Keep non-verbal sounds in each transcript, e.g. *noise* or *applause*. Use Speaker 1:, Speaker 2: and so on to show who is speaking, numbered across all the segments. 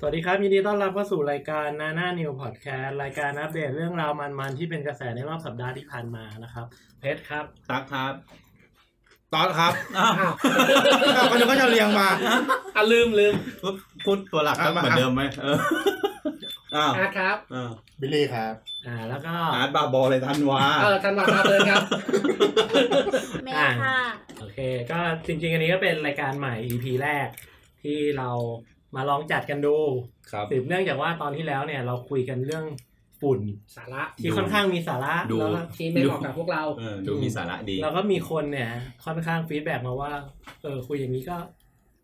Speaker 1: สวัสดีครับ ยินดีต้อนรับเข้าสู่รายการนาหน้านิวพอดแคสต์รายการอัปเดตเรื่องราวมันๆที่เป็นกระแสในรอบสัปดาห์ที่ผ่านมานะครับ เพชรครับ
Speaker 2: ตักครับตอนครับ
Speaker 3: อ้าว
Speaker 2: อ้าวคนนึงก็จะเรียงมา
Speaker 3: อ่ะลืมลืม
Speaker 2: พูดตัวหลักก็เหมือนเดิมไหมเอออ้าว
Speaker 3: อาร์ตครับ
Speaker 2: อ่า
Speaker 4: บิลลี่ครับ
Speaker 1: อ่าแล้วก็
Speaker 2: อาร์ตบาบอเลยทันวะ
Speaker 3: เออธันวาคาเบิร์น
Speaker 2: *laughs*
Speaker 3: ครับ
Speaker 5: เมค่ะ
Speaker 1: โอเค ก็จริงๆ อันนี้ก็เป็นรายการใหม่ EP แรก ที่เรามาลองจัดกันดู
Speaker 2: ครับ
Speaker 1: สืบเนื่องจากว่าตอนที่แล้วเนี่ยเราคุยกันเรื่องฝุ่น
Speaker 3: สาระ
Speaker 1: ที่ค่อนข้างมีสาระ
Speaker 2: ดู
Speaker 1: แล้วก็
Speaker 3: ที่ไม่เหมาะกับพวกเรา
Speaker 2: เออดูมีสาระดี
Speaker 1: แล้วก็มีคนเนี่ยค่อนข้างฟีดแบ็กมาว่า เออคุยอย่างนี้ก็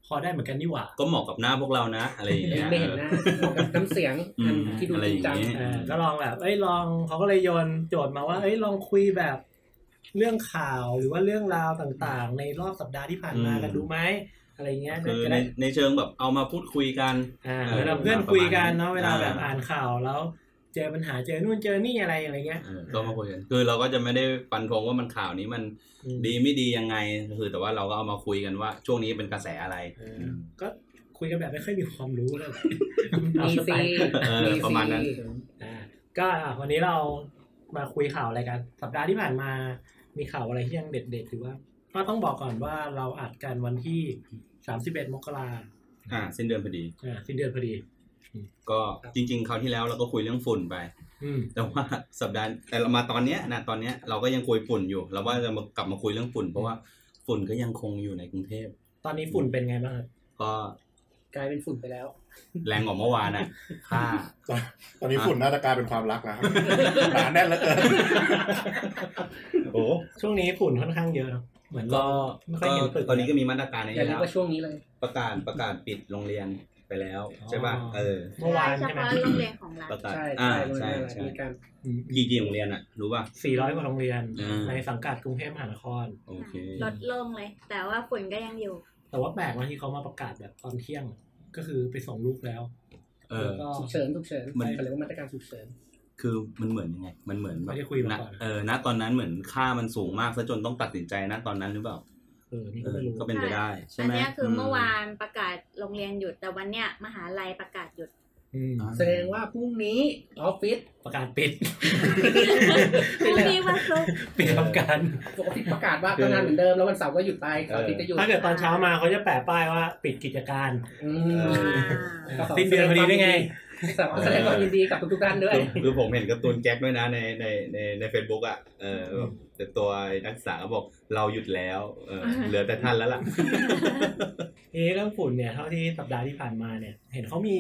Speaker 1: พอได้เหมือนกันนี่หว่า
Speaker 2: ก็เหมาะกับหน้าพวกเรานะ อะไรอย่างเงี้ย
Speaker 3: ไม่เห็นหน้าเหมาะกับน้ำเสียง
Speaker 2: อืม
Speaker 3: อันที่ดู
Speaker 2: อะไร
Speaker 3: จ
Speaker 2: อ
Speaker 3: ริ
Speaker 2: ย่าง ง
Speaker 3: จัง
Speaker 2: งี้
Speaker 1: เออก็ลองแบบ เอ้ยลองเขาก็เลยโยนโจทย์มาว่า เอ้ยลองคุยแบบเรื่องข่าวหรือว่าเรื่องราวต่างๆ ในรอบสัปดาห์ที่ผ่านมา
Speaker 2: อืม
Speaker 1: กันดูไหมอะไรเงี้ย
Speaker 2: คือ
Speaker 1: จะ
Speaker 2: ใน
Speaker 1: ได้
Speaker 2: ในเชิงแบบเอามาพูดคุยกัน
Speaker 1: อ่า
Speaker 2: เออ
Speaker 1: เหมือนเราเพื่อนคุยกันเนาะเวลา
Speaker 2: อ่า
Speaker 1: แบบอ่านข่าวแล้ว เจอปัญหาเจอนู่นเจอนี่อะไรอะไรเงี้ย
Speaker 2: เออก็มาคุยกัน คือเราก็จะไม่ได้ฟันธงว่ามันข่าวนี้มัน
Speaker 1: อืม
Speaker 2: ดีไม่ดียังไงคือแต่ว่าเราก็เอามาคุยกันว่า ช่วงนี้เป็นกระแสอะไร
Speaker 1: เออก็คุยกันแบบไม่ค่อยมีความรู้
Speaker 2: *laughs*
Speaker 1: เลย
Speaker 3: มี
Speaker 1: สไต
Speaker 3: ซี
Speaker 1: ล์
Speaker 2: เออประมาณนั้น
Speaker 1: อ่าก็อ่ะวันนี้เรามาคุยข่าวอะไรกัน สัปดาห์ที่ผ่านมามีข่าวอะไรที่ยังเด็ดๆหรือว่า ก็ต้องบอกก่อนว่าเราอัดกันวันที่ 31 มกรา
Speaker 2: อ่าสิ้นเดือนพอดี
Speaker 1: อ่าสิ้นเดือนพอดี
Speaker 2: ก็จริงๆคราวที่แล้วเราก็คุยเรื่องฝุ่นไป
Speaker 1: อืม
Speaker 2: แต่ว่าสัปดาห์แต่เรามาตอนเนี้ยนะตอนเนี้ยเราก็ยังคุยฝุ่นอยู่ เราว่าจะมากลับมาคุยเรื่องฝุ่น เพราะว่าฝุ่นก็ยังคงอยู่ในกรุงเทพ
Speaker 1: ตอนนี้ฝุ่นเป็นไงบ้างครับ
Speaker 2: ก็
Speaker 3: กลายเป็นฝุ่นไปแล้ว
Speaker 2: แรงกว่าเมื่อวานนะค่า
Speaker 4: ตอนตอนนี้ฝุ่นน่าจะกลายเป็นความรักนะครับ หนาแน่นเหลือเกิน
Speaker 2: โอ้
Speaker 1: ช่วงนี้ฝุ่นค่อนข้างเยอะเนอะเหมือนเรา
Speaker 2: ก็
Speaker 1: ไม่ค่
Speaker 2: ก็
Speaker 1: อยเห็นตึก
Speaker 2: ตอนนี้ก็มีมาตรการใน
Speaker 3: อย่าลืม
Speaker 2: แล้ว
Speaker 3: ว่าช่วงนี้เลย
Speaker 2: ประกาศประกาศปิดโรงเรียนไปแล้วใช่ป่ะ
Speaker 1: อ๋อ
Speaker 2: เออ
Speaker 1: เมื่อวาน
Speaker 5: เฉ
Speaker 1: ใช่ไหม
Speaker 5: พาะโรงเรียนของเรา
Speaker 2: ประกาศ
Speaker 3: ใช่
Speaker 2: อ่า
Speaker 3: ใช่
Speaker 2: ใช่
Speaker 3: วันนั้น
Speaker 2: ใช่
Speaker 3: มีการ
Speaker 1: อืม
Speaker 2: กี่กี่โรงเรียนอ่ะรู้ป่ะ
Speaker 1: 400 กว่าโรงเรียน
Speaker 2: อ่า
Speaker 1: ในสังกัดกรุงเทพมหานคร
Speaker 2: โอเค
Speaker 5: ลดลงเลย แต่ว่าฝุ่นก็ยังอยู่
Speaker 1: แต่ว่าแปลกนะที่เขามาประกาศแบบตอนเที่ยง ก็คือไปส่งลูกแล้ว
Speaker 2: เอ
Speaker 1: แล้
Speaker 2: อ
Speaker 1: วก็
Speaker 3: ฉุกเฉินฉุกเฉิน
Speaker 2: มัน
Speaker 3: เขาเรียกว่ามาตรการฉุกเฉิน
Speaker 2: คือมันเหมือนยังไง มันเหมือนแบ
Speaker 1: ไม่
Speaker 2: บ
Speaker 1: ได้คุยมา
Speaker 2: ณ
Speaker 1: ก่อน
Speaker 2: เออณตอนนั้นเหมือนค่ามันสูงมากซะจนต้องตัดสินใจณตอนนั้นหรือเปล่า
Speaker 1: เออนี่
Speaker 2: เอ
Speaker 1: ก็
Speaker 2: อ
Speaker 1: ไม่รู้
Speaker 2: ก็เป็นไปได้ใช่
Speaker 5: อั
Speaker 2: ไหม
Speaker 5: เนี้ยคืออ
Speaker 2: ม
Speaker 5: เมื่อวานประกาศโรงเรียนหยุด แต่วันเนี้ยมหาลัยประกาศหยุด
Speaker 1: อืม
Speaker 3: แสดงว่าพรุ่งนี้ออฟฟิศ
Speaker 1: ประกาศปิด *laughs*
Speaker 5: พรุ่งนี้วันศุกร์
Speaker 1: ปิดทำการ
Speaker 3: ปกติประกาศว่าทำงานเหมือนเดิมแล้ววันเสาร์ก็หยุดไปเสาร์อาทิตย์ก็หยุด
Speaker 1: ถ้าเกิดตอนเช้ามาเขาจะแปะป้ายว่าปิดกิจการ
Speaker 3: อื
Speaker 2: เอ
Speaker 3: ม
Speaker 2: อ
Speaker 3: ก็ข
Speaker 1: สิ้นเดือนพอดีด้วยไง
Speaker 3: แสดงความยินดีกับทุกๆท่านด้วย
Speaker 2: คือคือผมเห็นการ์ตูนแจ็คด้วยนะในในในในเฟซบุ๊กอ่ะเออแบบแต่ตัวนักศึกษาก็บอกเราหยุดแล้วเออเหลือแต่ท่านแล้วล่ะ
Speaker 1: ทีนี้เรื่องฝุ่นเนี่ยเท่าที่สัปดาห์ที่ผ่านมาเนี่ย เห็นเขามี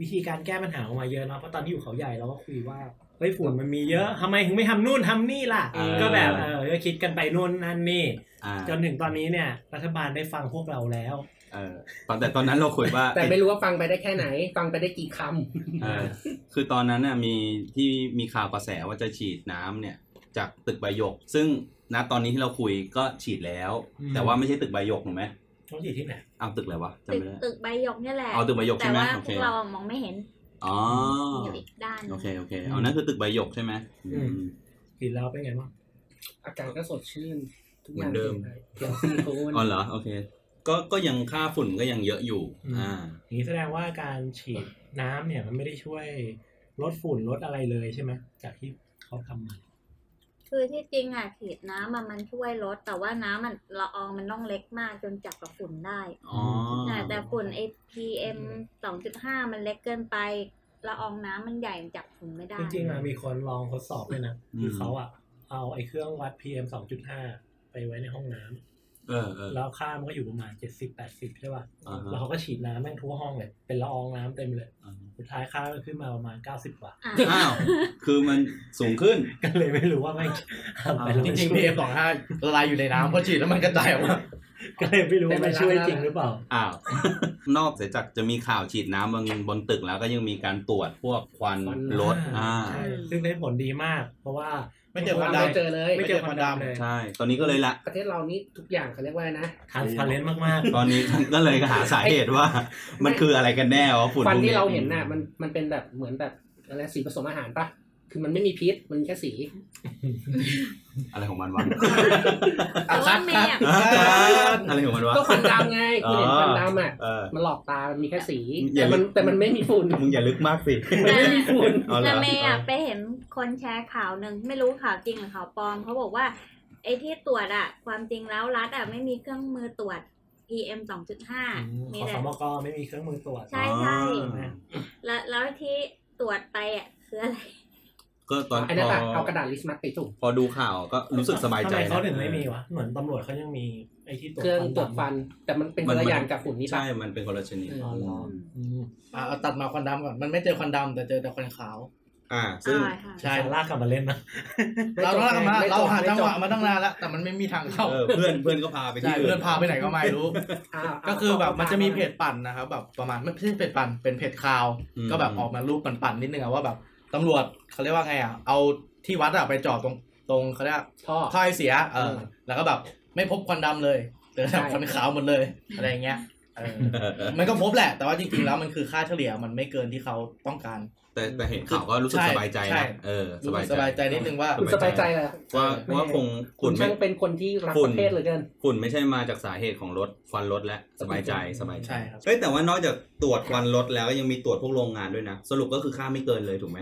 Speaker 1: วิธีการแก้ปัญหาออกมาเยอะเนาะเพราะตอนที่อยู่เขาใหญ่เราก็คุยว่าเฮ้ยฝุ่นมันมีเยอะทำไมถึงไม่ทำนู่นทำนี่ล่ะ
Speaker 2: เออ
Speaker 1: ก็แบบเออก็คิดกันไปนู่นนั่นนี่
Speaker 2: อ่า
Speaker 1: จนถึงตอนนี้เนี่ย รัฐบาลได้ฟังพวกเราแล้ว
Speaker 2: เออตอนแต่ตอนนั้นเราคุยว่า
Speaker 3: แต่ไม่รู้ว่าฟังไปได้แค่ไหน ฟังไปได้กี่ค
Speaker 2: เออคือตอนนั้นน่ะมีที่มีข่าวกระแสว่าจะฉีดน้ำเนี่ย จากตึกใบหยก ซึ่งณตอนนี้ที่เราคุยก็ฉีดแล้ว
Speaker 1: อืม
Speaker 2: แต่ว่าไม่ใช่ตึกใบหยกถูกไหม
Speaker 1: ต้องอยู่ที่ไหน
Speaker 2: เอาตึกอะไรวะจำ
Speaker 5: ตึก
Speaker 2: ไม่ได้
Speaker 5: ตึกใบหยกเนี่ยแหละ
Speaker 2: เอาตึกใบหยก
Speaker 5: แต่
Speaker 2: ใช่ไหม
Speaker 5: ว่า
Speaker 2: โอ
Speaker 5: พ
Speaker 2: เคว
Speaker 5: กเรามองไม่เห็น
Speaker 2: อ๋อ
Speaker 5: อยู่อีกด้านหนึ่
Speaker 2: โอง เคโอเคเอานั่นคือตึกใบหยกใช่ไหมอืม
Speaker 1: กินแล้วเป็นไงบ้าง
Speaker 3: ำอากาศก็สดชื่น ทุกอย่าง
Speaker 2: เหมือนเดิม
Speaker 3: เดี๋ยวซีโคน
Speaker 2: อ๋อเหรอโอเค ก็ก็ยังค่าฝุ่นก็ยังเยอะอยู่ อ่า
Speaker 1: อย่างนี้แสดงว่าการฉีดน้ำเนี่ยมันไม่ได้ช่วยลดฝุ่นลดอะไรเลยใช่ไหมจากที่เขาทำมา
Speaker 5: คือที่จริงอ่ะฉีดน้ำอะมันช่วยลด แต่ว่าน้ำมันละอองมันต้องเล็กมากจนจับกับฝุ่นได้
Speaker 2: อ๋อ
Speaker 5: น่ะแต่ฝุ่น PM สองจุดห้ามันเล็กเกินไปละอองน้ำมันใหญ่จับฝุ่นไม่ได้
Speaker 1: จริงๆอะมีคนลองทดสอบเลยนะ
Speaker 2: อืม
Speaker 1: คือเขาอะเอาไอ้เครื่องวัด PM 2.5 ไปไว้ในห้องน้ำ
Speaker 2: เออเออ
Speaker 1: แล้วค่ามันก็อยู่ประมาณ 70 80 ใช่ป่ะ
Speaker 2: อ่าฮะ
Speaker 1: แล้วเขาก็ฉีดน้ำแม่งทั่วห้องเลย เป็นละอองน้ำเต็มเลย
Speaker 2: อ่า
Speaker 1: สุดท้ายค่ามันขึ้นมาประมาณ 90กว่า *laughs*
Speaker 5: อ่ะ
Speaker 2: อ้าว คือมันสูงขึ้น
Speaker 1: ก็เลยไม่รู้ว่าไม่งทำไปแล้ว
Speaker 6: จ
Speaker 1: มัน
Speaker 6: ริงๆ
Speaker 1: ช่วย
Speaker 6: PM สองห้าละลายอยู่ในน้ำพอฉีดแล้วมันกระจายออกมา
Speaker 1: ก็เลยไม่รู้ว่ามันช่วยจริงหรือเปล่า
Speaker 2: อ้าว *laughs* นอกเสียจากจะมีข่าวฉีดน้ำบนบนตึกแล้วก็ยังมีการตรวจพวกควันรถ อ่า
Speaker 1: ใช่ซึ่งได้ผลดีมาก เพราะว่า
Speaker 6: ไม่เจอควัน
Speaker 3: เราไม่เจ
Speaker 6: ดำ
Speaker 3: อเลย
Speaker 1: ไม่เจอควันดำ
Speaker 6: ไม่เจอควันดำ
Speaker 1: เลย
Speaker 2: ใช่ ตอนนี้ก็เลยละ
Speaker 3: ประเทศเรานี่ทุกอย่างเขาเรียกว่าอะไรนะ
Speaker 1: ทานฟาเลนมาก
Speaker 2: ตอนนี้ *laughs* ก็เลยหาสาเหตุว่า มันคืออะไรกันแน่วะฝุ่น
Speaker 3: ฟัน
Speaker 2: พวก
Speaker 3: ที่
Speaker 2: ย
Speaker 3: เราเห็นน่ะมันมันเป็นแบบเหมือนแบบอะไรสีผสมอาหารปะ คือมันไม่มีพิษมันมีแค่สี
Speaker 2: อะไรของมันวะ
Speaker 5: แต่ว่าแม่อะ
Speaker 2: *laughs* อะไรของมันวะ
Speaker 3: ก็ควัน
Speaker 2: *laughs*
Speaker 3: ดำไงคุณเห็น
Speaker 2: อ๋อ
Speaker 3: ควันดำอ่ะ
Speaker 2: เออ
Speaker 3: มันหลอกตามันมีแค่สี
Speaker 2: อย่า
Speaker 3: แต่มัน
Speaker 2: ลึก
Speaker 3: แต่มันไม่มีฝุ่น
Speaker 2: มึงอย่าลึกมากสิ
Speaker 3: มันไม่มีฝุ่น
Speaker 2: เอาเหร
Speaker 5: แต่
Speaker 2: อ
Speaker 5: แม่อะไปเห็นคนแชร์ข่าวหนึ่งไม่รู้ข่าวจริงหรือข่าวปลอมเขาบอกว่าไอ้ที่ตรวจอะความจริงแล้วรัฐอะไม่มีเครื่องมือตรวจ PM 2.5มี
Speaker 1: ขอ
Speaker 5: แต่
Speaker 1: สมกไม่มีเครื่องมือตรวจ
Speaker 5: ใช่ใช่
Speaker 2: อ๋อ
Speaker 5: แล้วแล้วที่ตรวจไปอะคืออะไร
Speaker 2: ก็ตอน
Speaker 3: อัน
Speaker 2: พ
Speaker 3: นั้น
Speaker 2: อ
Speaker 3: อะเอากระดาษลิสมัดไปถุง
Speaker 2: พอดูข่าวก็รู้สึกสบายใจ
Speaker 1: ทำไมเขา
Speaker 2: นะ
Speaker 1: ถึงไม่มีวะ เหมือนตำรวจเขายังมีไอ้ที่ตรวจ
Speaker 3: เครื่อง
Speaker 1: ฟัน
Speaker 3: ตรวจฟัน แต่มันเป็นคนละอย่างกับฝุ่นนี่ปะ
Speaker 2: ใช่ มันเป็นคนละชนิด
Speaker 1: อ๋อเหรออืม
Speaker 6: อ่ะเอาตัดมาควันดำก่อน มันไม่เจอควันดำแต่เจอแต่ควันขาว
Speaker 2: อ่า ซึ่ง
Speaker 5: อ่าค่ะ
Speaker 6: ใช่
Speaker 1: ลากกลับมาเล่นนะ
Speaker 6: เราเราหามา
Speaker 3: ไม่จบ
Speaker 6: เราหาจังหวะ
Speaker 3: ไม่จบ
Speaker 6: มาตั้งนานแล้วแต่มันไม่มีทางเข้า
Speaker 2: เออเพื่อนเพื่อนก็พาไป
Speaker 6: ใช่
Speaker 2: ที่อื่น
Speaker 6: เพื่อนพาไปไหนก็ไม่รู้
Speaker 3: อ่า
Speaker 6: ก็คือแบบมันจะมีเพจปั่นนะครับแบบประมาณไม่ใช่เพจปั่นเป็นเพจข่าว
Speaker 2: ม
Speaker 6: ก็แบบออกมารูปปั่นๆนิดนึงอะว่าแบบตำรวจเขาเรียกว่าไงอะเอาที่วัดอะไปจอดตรงตรงเขาเรียก
Speaker 3: ท่อ
Speaker 6: ท่อไอเสียเออ
Speaker 3: เออ
Speaker 6: แล้วก็แบบไม่พบควันดำเลยเจอแต่
Speaker 3: ใช่
Speaker 6: ควันขาวหมดเลยอะไรอย่างเงี้ยเออ *laughs*
Speaker 2: เออเออ
Speaker 6: มันก็พบแหละ แต่ว่าจริงๆแล้วมันคือค่าเฉลี่ยมันไม่เกินที่เขาต้องการ
Speaker 2: แต่แต่เห็นข่าวก็รู้สึก
Speaker 6: ใช่
Speaker 2: สบายใจ
Speaker 6: ใช่
Speaker 2: นะเออ สบายใจ
Speaker 6: สบายใจนิดนึงว่า
Speaker 3: คุณสบายใจเลย
Speaker 2: ว่าว่าคง
Speaker 3: คุ
Speaker 2: ฝุ่
Speaker 3: ณ
Speaker 2: น
Speaker 3: ช่า
Speaker 2: ไม่
Speaker 3: งเป็นคนที่รัก
Speaker 2: ฝุ่
Speaker 3: ป
Speaker 2: น
Speaker 3: ระเทศเหลยเกิน
Speaker 2: ฝุ่นไม่ใช่มาจากสาเหตุของรถควันรถและสบายใจสบายใจ
Speaker 6: ใช่ครับ
Speaker 2: เฮ้ยแต่ว่านอกจากตรวจควันรถแล้วก็ยังมีตรวจพวกโรงงานด้วยนะ สรุปก็คือค่าไม่เกินเลยถูกไหม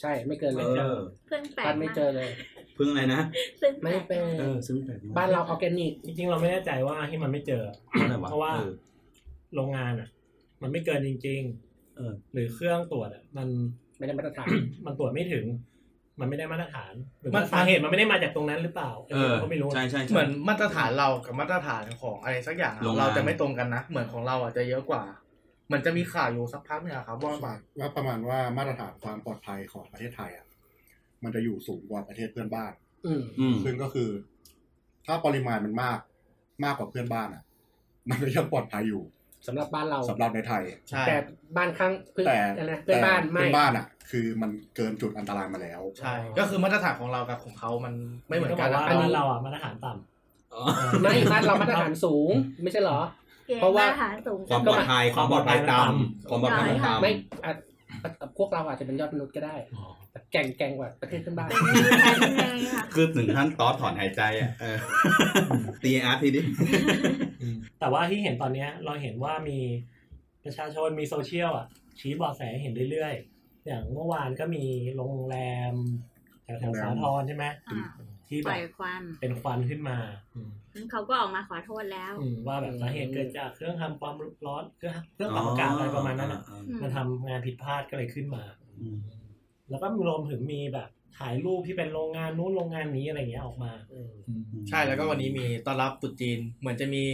Speaker 3: ใช่ไม่เกินเลย
Speaker 2: เออ
Speaker 5: เครื่องแปล
Speaker 3: บ้าก นไม่เจอเลย
Speaker 2: เพิ่งอะไรนะ
Speaker 5: ซึ่งแป
Speaker 3: ไม่
Speaker 5: ลก
Speaker 3: เป็น
Speaker 2: เออซึ่งแปลกมก
Speaker 3: บ้านเราออร์แกนิก
Speaker 1: จริงๆ เราไม่แน่ใจว่าที่มันไม่เจอ
Speaker 2: อะไรวะ
Speaker 1: เพราะว่า
Speaker 2: เออ
Speaker 1: โรงงานอ่ะ มันไม่เกินจริงๆ
Speaker 2: เออ
Speaker 1: หรือเครื่องตรวจอะมัน *coughs*
Speaker 3: ไม่ได้มาตรฐาน
Speaker 1: มันตรวจไม่ถึง มันไม่ได้มาตรฐาน หรือ
Speaker 6: มั
Speaker 1: ว่าน สาเหตุมันไม่ได้มาจากตรงนั้นหรือเปล่า
Speaker 2: เออ
Speaker 1: ก็ไม่รู้
Speaker 2: ใช่ใช่ใช่
Speaker 6: เหมือนมาตรฐานเรากับมาตรฐานของอะไรสักอย่างอะ
Speaker 2: โรงงาน
Speaker 6: เราจะไม่ตรงกันนะ เหมือนของเราอ่ะจะเยอะกว่า มันจะมีข่าวอยู่สักพักหนึงอะครับว่าแบบ
Speaker 4: ว่าประมาณว่ามาตรฐานความปลอดภัยของประเทศไทยอ่ะมันจะอยู่สูงกว่าประเทศเพื่อนบ้าน
Speaker 3: อืม
Speaker 2: อืม
Speaker 4: ซึ่งก็คือ ถ้าปริมาณมันมากมากกว่าเพื่อนบ้านอ่ะ มันก็ยังปลอดภัยอยู่
Speaker 3: สำหรับบ้านเรา
Speaker 4: สำหรับในไทย
Speaker 6: ใช่
Speaker 3: แต่บ้านข้างเพื่อน
Speaker 4: แต่
Speaker 3: อะไรนะเพื่อ
Speaker 4: แต่
Speaker 3: นบ้านไม่
Speaker 4: เพื่อนบ้านอ่ะ คือมันเกินจุดอันตรายมาแล้ว
Speaker 6: ใช่ ก็คือมาตรฐานของเรากับของเขามันไม่เหมือนกัน
Speaker 1: ต้งบว่า
Speaker 6: อัน
Speaker 1: บ้า
Speaker 6: นี้
Speaker 1: นเราอ่ะมาตรฐานต่ำ
Speaker 2: อ๋อ
Speaker 3: ไม่บ้านเรามาตร
Speaker 1: *laughs*
Speaker 3: ฐานสูง ไม่ใช่เหรอ
Speaker 5: เกณฑ์
Speaker 3: เพราะว่า
Speaker 5: มาตรฐานสูง
Speaker 2: ความปลอดภัยความปลอดภัยต่ำความปลอดภัยมันต่ำ
Speaker 3: ไม่อ่ะอ่ะพวกเราอาจจะเป็นยอดมนุษย์ก็ได้แต่แก่งแก่งกว่าประเทศเพื่อนบ้าน
Speaker 5: เป็นมือแทนไงค่ะ
Speaker 2: คือถึงขั้นตอสถอนหายใจอ่ะเออตีอาร์ตทีนี้
Speaker 1: อืมแต่ว่าที่เห็นตอนเนี้ย เราเห็นว่ามีประชาชนมีโซเชียลอ่ะ ชี้เบาะแสเห็นเรื่อยๆ อย่างเมื่อวานก็มีโรงแรมแถวแถวสาทรใช่ไหม
Speaker 5: อ่า
Speaker 1: ที่แบ
Speaker 5: ปล่
Speaker 1: บ
Speaker 5: อยควัน
Speaker 1: เป็นควันขึ้นมาอืม
Speaker 5: งั้นเขาก็ออกมาขอโทษแล้ว
Speaker 1: อืมว่าแบบสาเหตุเกิดจากเครื่องทำความร้อนเครื่องเครื่องปรับอากาศอะไรประมาณนั้นอ่ะ
Speaker 5: อืม
Speaker 1: มันทำงานผิดพลาดก็เลยขึ้นมา แล้วก็รวมถึงมีแบบถ่ายรูปที่เป็นโรงงานนู้นโรงงานนี้อะไรอย่างเงี้ยออกมา
Speaker 6: ใช่แล้วก็วันนี้มีต้อนรับตรุษจีน เหมือนจะมี *laughs*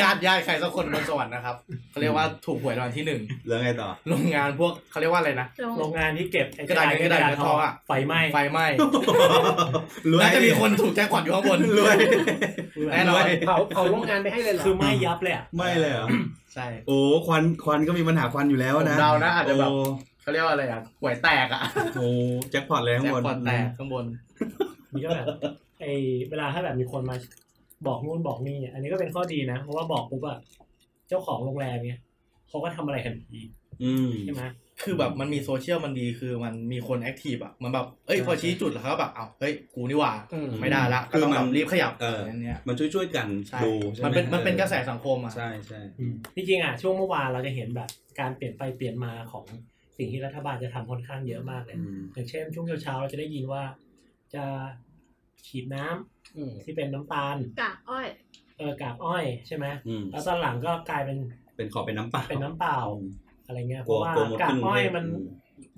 Speaker 6: ญาติญาติใครสักคนบนสวรรค์นะครับเขาเรียกว่าถูกหวยรางวัลที่หนึ่ง
Speaker 2: แล้วไงต่อ
Speaker 6: โรงงานพวกเขาเรียกว่าอะไรนะ
Speaker 5: ลง
Speaker 1: โรงงานที่เก็บไอ้
Speaker 6: กระดาษเงินกระดาษทองอะ
Speaker 1: ไฟไหม้
Speaker 6: ไฟไหม้
Speaker 2: รวย
Speaker 6: น่าจะมีคนถูกแจ็คพอตอยู่ข้างบน
Speaker 2: รวย
Speaker 6: แน่นอน
Speaker 3: เผาเผาโรงงานไปให้เลยเหรอ
Speaker 1: คือไหม้ยับเลยอะ
Speaker 2: ไม่เลยเหรอ
Speaker 6: ใช่
Speaker 2: โอ้ควันควันก็มีปัญหาควันอยู่แล้วนะ
Speaker 6: ผมเดานะอาจจะแบบ
Speaker 2: โ
Speaker 6: เขาเรียกว่าอะไรอ่ะหวยแตกอ่ะ
Speaker 2: โอ้แจ็คพอตเลยข้าง
Speaker 6: แจ็ค
Speaker 2: บน
Speaker 6: พอตแตกข้างบน
Speaker 1: นี่ก็แบบไอเวลาถ้าแบบมีคนมาบอกนู่นบอกนี่เนี่ยอันนี้ก็เป็นข้อดีนะ เพราะว่าบอกปุ๊บอะเจ้าของโรงแรมเนี่ยเขาก็ทำอะไรกันอีก
Speaker 2: อืม
Speaker 1: ใช่ไหม
Speaker 6: คือแบบมันมีโซเชียลมันดีคือมันมีคนแอคทีฟอ่ะมันแบบเอ้ยพอชี้จุดแล้วเขาก็แบบเอ้าเฮ้ยกูนี่หว่า
Speaker 3: อืม
Speaker 6: ไม่ได้ละ
Speaker 2: คื
Speaker 6: ก็
Speaker 2: อ
Speaker 6: ต้อง
Speaker 2: มัน
Speaker 6: แบบรีบขยับ
Speaker 2: เออ
Speaker 6: ย่างเนี้ย
Speaker 2: มันช่วยช่วยๆกัน
Speaker 6: ใช่
Speaker 2: ดูใช่ไห
Speaker 6: มันเป็นมันเป็นกระแสสังคมอ่ะ
Speaker 2: ใช่ใช่
Speaker 1: อืมที่จริงอ่ะช่วงเมื่อวานเราจะเห็นแบบการเปลี่ยนไปเปลี่ยนมาของสิ่งที่รัฐบาลจะทำค่อนข้างเยอะมากเลย
Speaker 2: อืม
Speaker 1: อย่างเช่นช่วงเช้าๆเราจะได้ยินว่า จะฉีดน้ำ
Speaker 3: อืม
Speaker 1: ที่เป็นน้ำตาล
Speaker 5: กากอ้อย
Speaker 1: เออกากอ้อยใช่ไหม
Speaker 2: อืม
Speaker 1: แล้วตอนหลังก็กลายเป็น
Speaker 2: เป็นขอเป็นน้ำเปล่า
Speaker 1: เป็นน้ำเปล่าอะไรเงี้ยเพ
Speaker 2: กลัว
Speaker 1: ราะว่าก
Speaker 2: ลัวมด
Speaker 1: กาก
Speaker 2: ขึ้น
Speaker 1: อ้อย
Speaker 2: เทพ
Speaker 1: มัน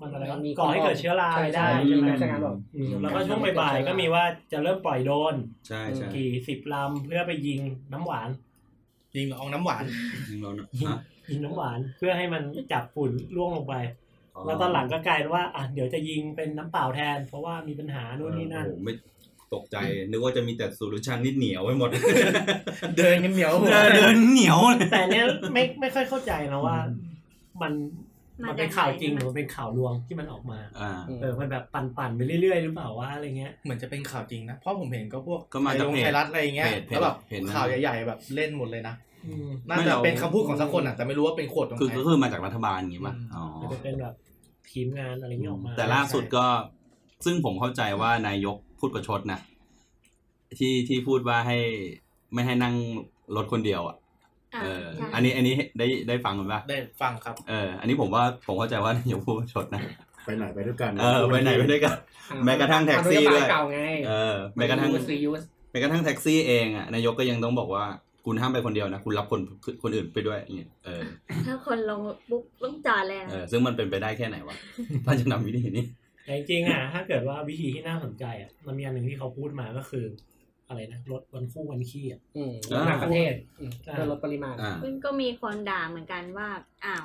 Speaker 1: มันอะไรวะ
Speaker 3: มี
Speaker 1: ก่อให้เกิดเชื้อรา
Speaker 3: ใช่
Speaker 1: ได้
Speaker 3: ใช่
Speaker 1: ใช่ไหม
Speaker 3: ใช่ ราชการบอก
Speaker 1: อืมแล้วก็ช่วงบ่ายๆก็มีว่าจะเริ่มปล่อยโดรน
Speaker 2: ใช่ใช่
Speaker 1: กี่สิบลำเพื่อไปยิงน้ำหวาน
Speaker 6: ยิงละอองน้ำ
Speaker 2: *laughs*
Speaker 6: หวาน
Speaker 2: ยิงเราเนอะฮะ
Speaker 1: ยิงน้ำหวาน เพื่อให้มันจับฝุ่นล่วงลงไป แล้วตอนหลังก็กลายเป็นว่าอ่ะเดี๋ยวจะยิงเป็นน้ำเปล่าแทน เพราะว่ามีปัญหานู่นนี่นั่น
Speaker 2: โอ้โหไม่ตกใจ นึกว่าจะมีแต่โซลูชันที่เหนียวไว้หม
Speaker 1: *laughs*
Speaker 2: ด
Speaker 6: เดินกันเหนียวหัว
Speaker 2: เดินเหนียว
Speaker 1: แต่เนี้ย *laughs* ไม่ไม่ค่อยเข้าใจนะว่า มันมันเป็นข่าวจริงหรือมันเป็นข่าวลวงที่มันออกมา
Speaker 2: อ่า
Speaker 1: เออมันแบบปั่นๆไปเรื่อยๆหรือเปล่าว่าอะไรเงี้ย
Speaker 6: เหมือนจะเป็นข่าวจริงนะ เพราะผมเห็นก็พวก
Speaker 2: ก็มาจาก
Speaker 6: ไทยลง
Speaker 2: เพจ
Speaker 6: ไทยรัฐอะไรอย่างเงี้ย
Speaker 2: เพจเพจ
Speaker 6: แล้วแบบ
Speaker 2: เพจนะ
Speaker 6: ข่าวใหญ่ๆแบบเล่นหมดเลยนะ
Speaker 1: อืม
Speaker 6: น่า
Speaker 2: ไม่
Speaker 6: จะ
Speaker 2: เรา
Speaker 6: เป็นคำพูดของสักคนอ่ะแต่ไม่รู้ว่าเป็นขวดของ
Speaker 2: คือ
Speaker 6: ใคร
Speaker 2: ก็คือมาจากรัฐบาลอย่างงี้ป่ะ
Speaker 6: อืม
Speaker 2: อ๋อ
Speaker 1: อาจจะเป็นแบบ ทีมงานอะไรเงี้ยออกมา
Speaker 2: แต่ล่าสุดก็ซึ่งผมเข้าใจว่านายกพูดประชดนะ ที่ที่พูดว่าให้ไม่ให้นั่งรถคนเดียวอ่ะ
Speaker 5: อ่ะ
Speaker 2: เออ
Speaker 5: ใช่
Speaker 2: อันนี้อันนี้ได้ได้ฟังกันปะ
Speaker 6: ได้ฟังครับ
Speaker 2: เออ อันนี้ผมว่าผมเข้าใจว่านายกพูดประชดนะ
Speaker 4: ไปไหนไปด้วยกัน
Speaker 2: เออไปไหนไปด้วยกัน แม้กระทั่งแท็กซี่
Speaker 3: อนุ
Speaker 2: ด้ว
Speaker 3: บา
Speaker 2: ย
Speaker 3: เก่าไง
Speaker 2: เออแม้กระทั่ง
Speaker 3: ยูสยูส
Speaker 2: แม้กระทั่งแท็กซี่เองอ่ะนายกก็ยังต้องบอกว่าคุณห้ามไปคนเดียวนะคุณรับคนคนอื่นไปด้วยอย่างเงี้ยเออ
Speaker 5: ถ้าคนลงปุ๊บต้องจอดเลยอะ
Speaker 2: เออซึ่งมันเป็นไปได้แค่ไหนวะ
Speaker 5: *laughs*
Speaker 2: ถ้าจะนำวิธีนี้
Speaker 1: แต่จริงๆอ่ะถ้าเกิดว่าวิธีที่น่าสนใจอ่ะมันมีอันหนึ่งที่เขาพูดมาก็คือ อะไรนะรถวันคู่วันขี้อ่ะ
Speaker 3: อืม
Speaker 2: อ่า
Speaker 3: ต่างประเทศอืม
Speaker 1: อ่า
Speaker 3: เพื่อลดปริมาณ
Speaker 2: อ่า
Speaker 5: ซึ่งก็มีคนด่าเหมือนกันว่าอ้าว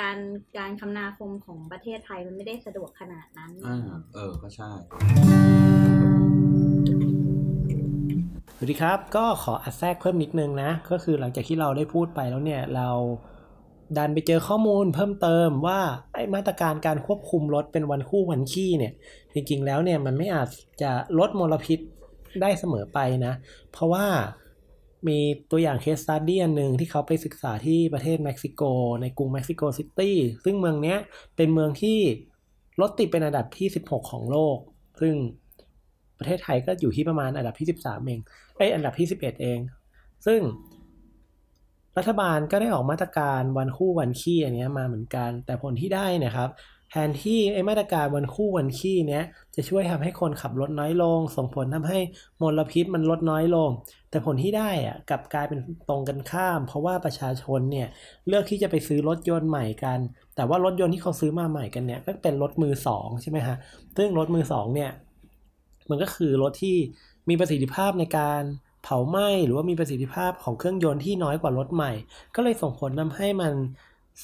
Speaker 5: การการคมนาคมของประเทศไทยมันไม่ได้สะดวกขนาดนั้น
Speaker 2: อ่าเออก็ใช่
Speaker 1: สวัสดีครับ ก็ขออัดแทรกเพิ่มนิดนึงนะ ก็คือหลังจากที่เราได้พูดไปแล้วเนี่ย เราดันไปเจอข้อมูลเพิ่มเติมว่าไอ้มาตรการการควบคุมรถเป็นวันคู่วันขี้เนี่ย จริงๆแล้วเนี่ยมันไม่อาจจะลดมลพิษได้เสมอไปนะ เพราะว่ามีตัวอย่างเคสสตัดดี้อันหนึ่งที่เขาไปศึกษาที่ประเทศเม็กซิโก ในกรุงเม็กซิโกซิตี้ซึ่งเมืองเนี้ยเป็นเมืองที่รถติดเป็นอันดับที่ 16 ของโลก ซึ่งประเทศไทยก็อยู่ที่ประมาณอันดับที่ 13 เอง เอ้ยอันดับที่ 11 เอง ซึ่งรัฐบาลก็ได้ออกมาตรการวันคู่วันขี้อันเนี้ยมาเหมือนกัน แต่ผลที่ได้เนะครับ แทนที่ไอ้มาตรการวันคู่วันขี้เนี้ยจะช่วยทำให้คนขับรถน้อยลง ส่งผลทำให้มลพิษมันลดน้อยลง แต่ผลที่ได้อะกลับกลายเป็นตรงกันข้าม เพราะว่าประชาชนเนี่ยเลือกที่จะไปซื้อรถยนต์ใหม่กัน แต่ว่ารถยนต์ที่เขาซื้อมาใหม่กันเนี่ยก็เป็นรถมือสองใช่ไหมฮะ ซึ่งรถมือสองเนี่ยมันก็คือรถที่มีประสิทธิภาพในการเผาไหม้หรือว่ามีประสิทธิภาพของเครื่องยนต์ที่น้อยกว่ารถใหม่ ก็เลยส่งผลทำให้มัน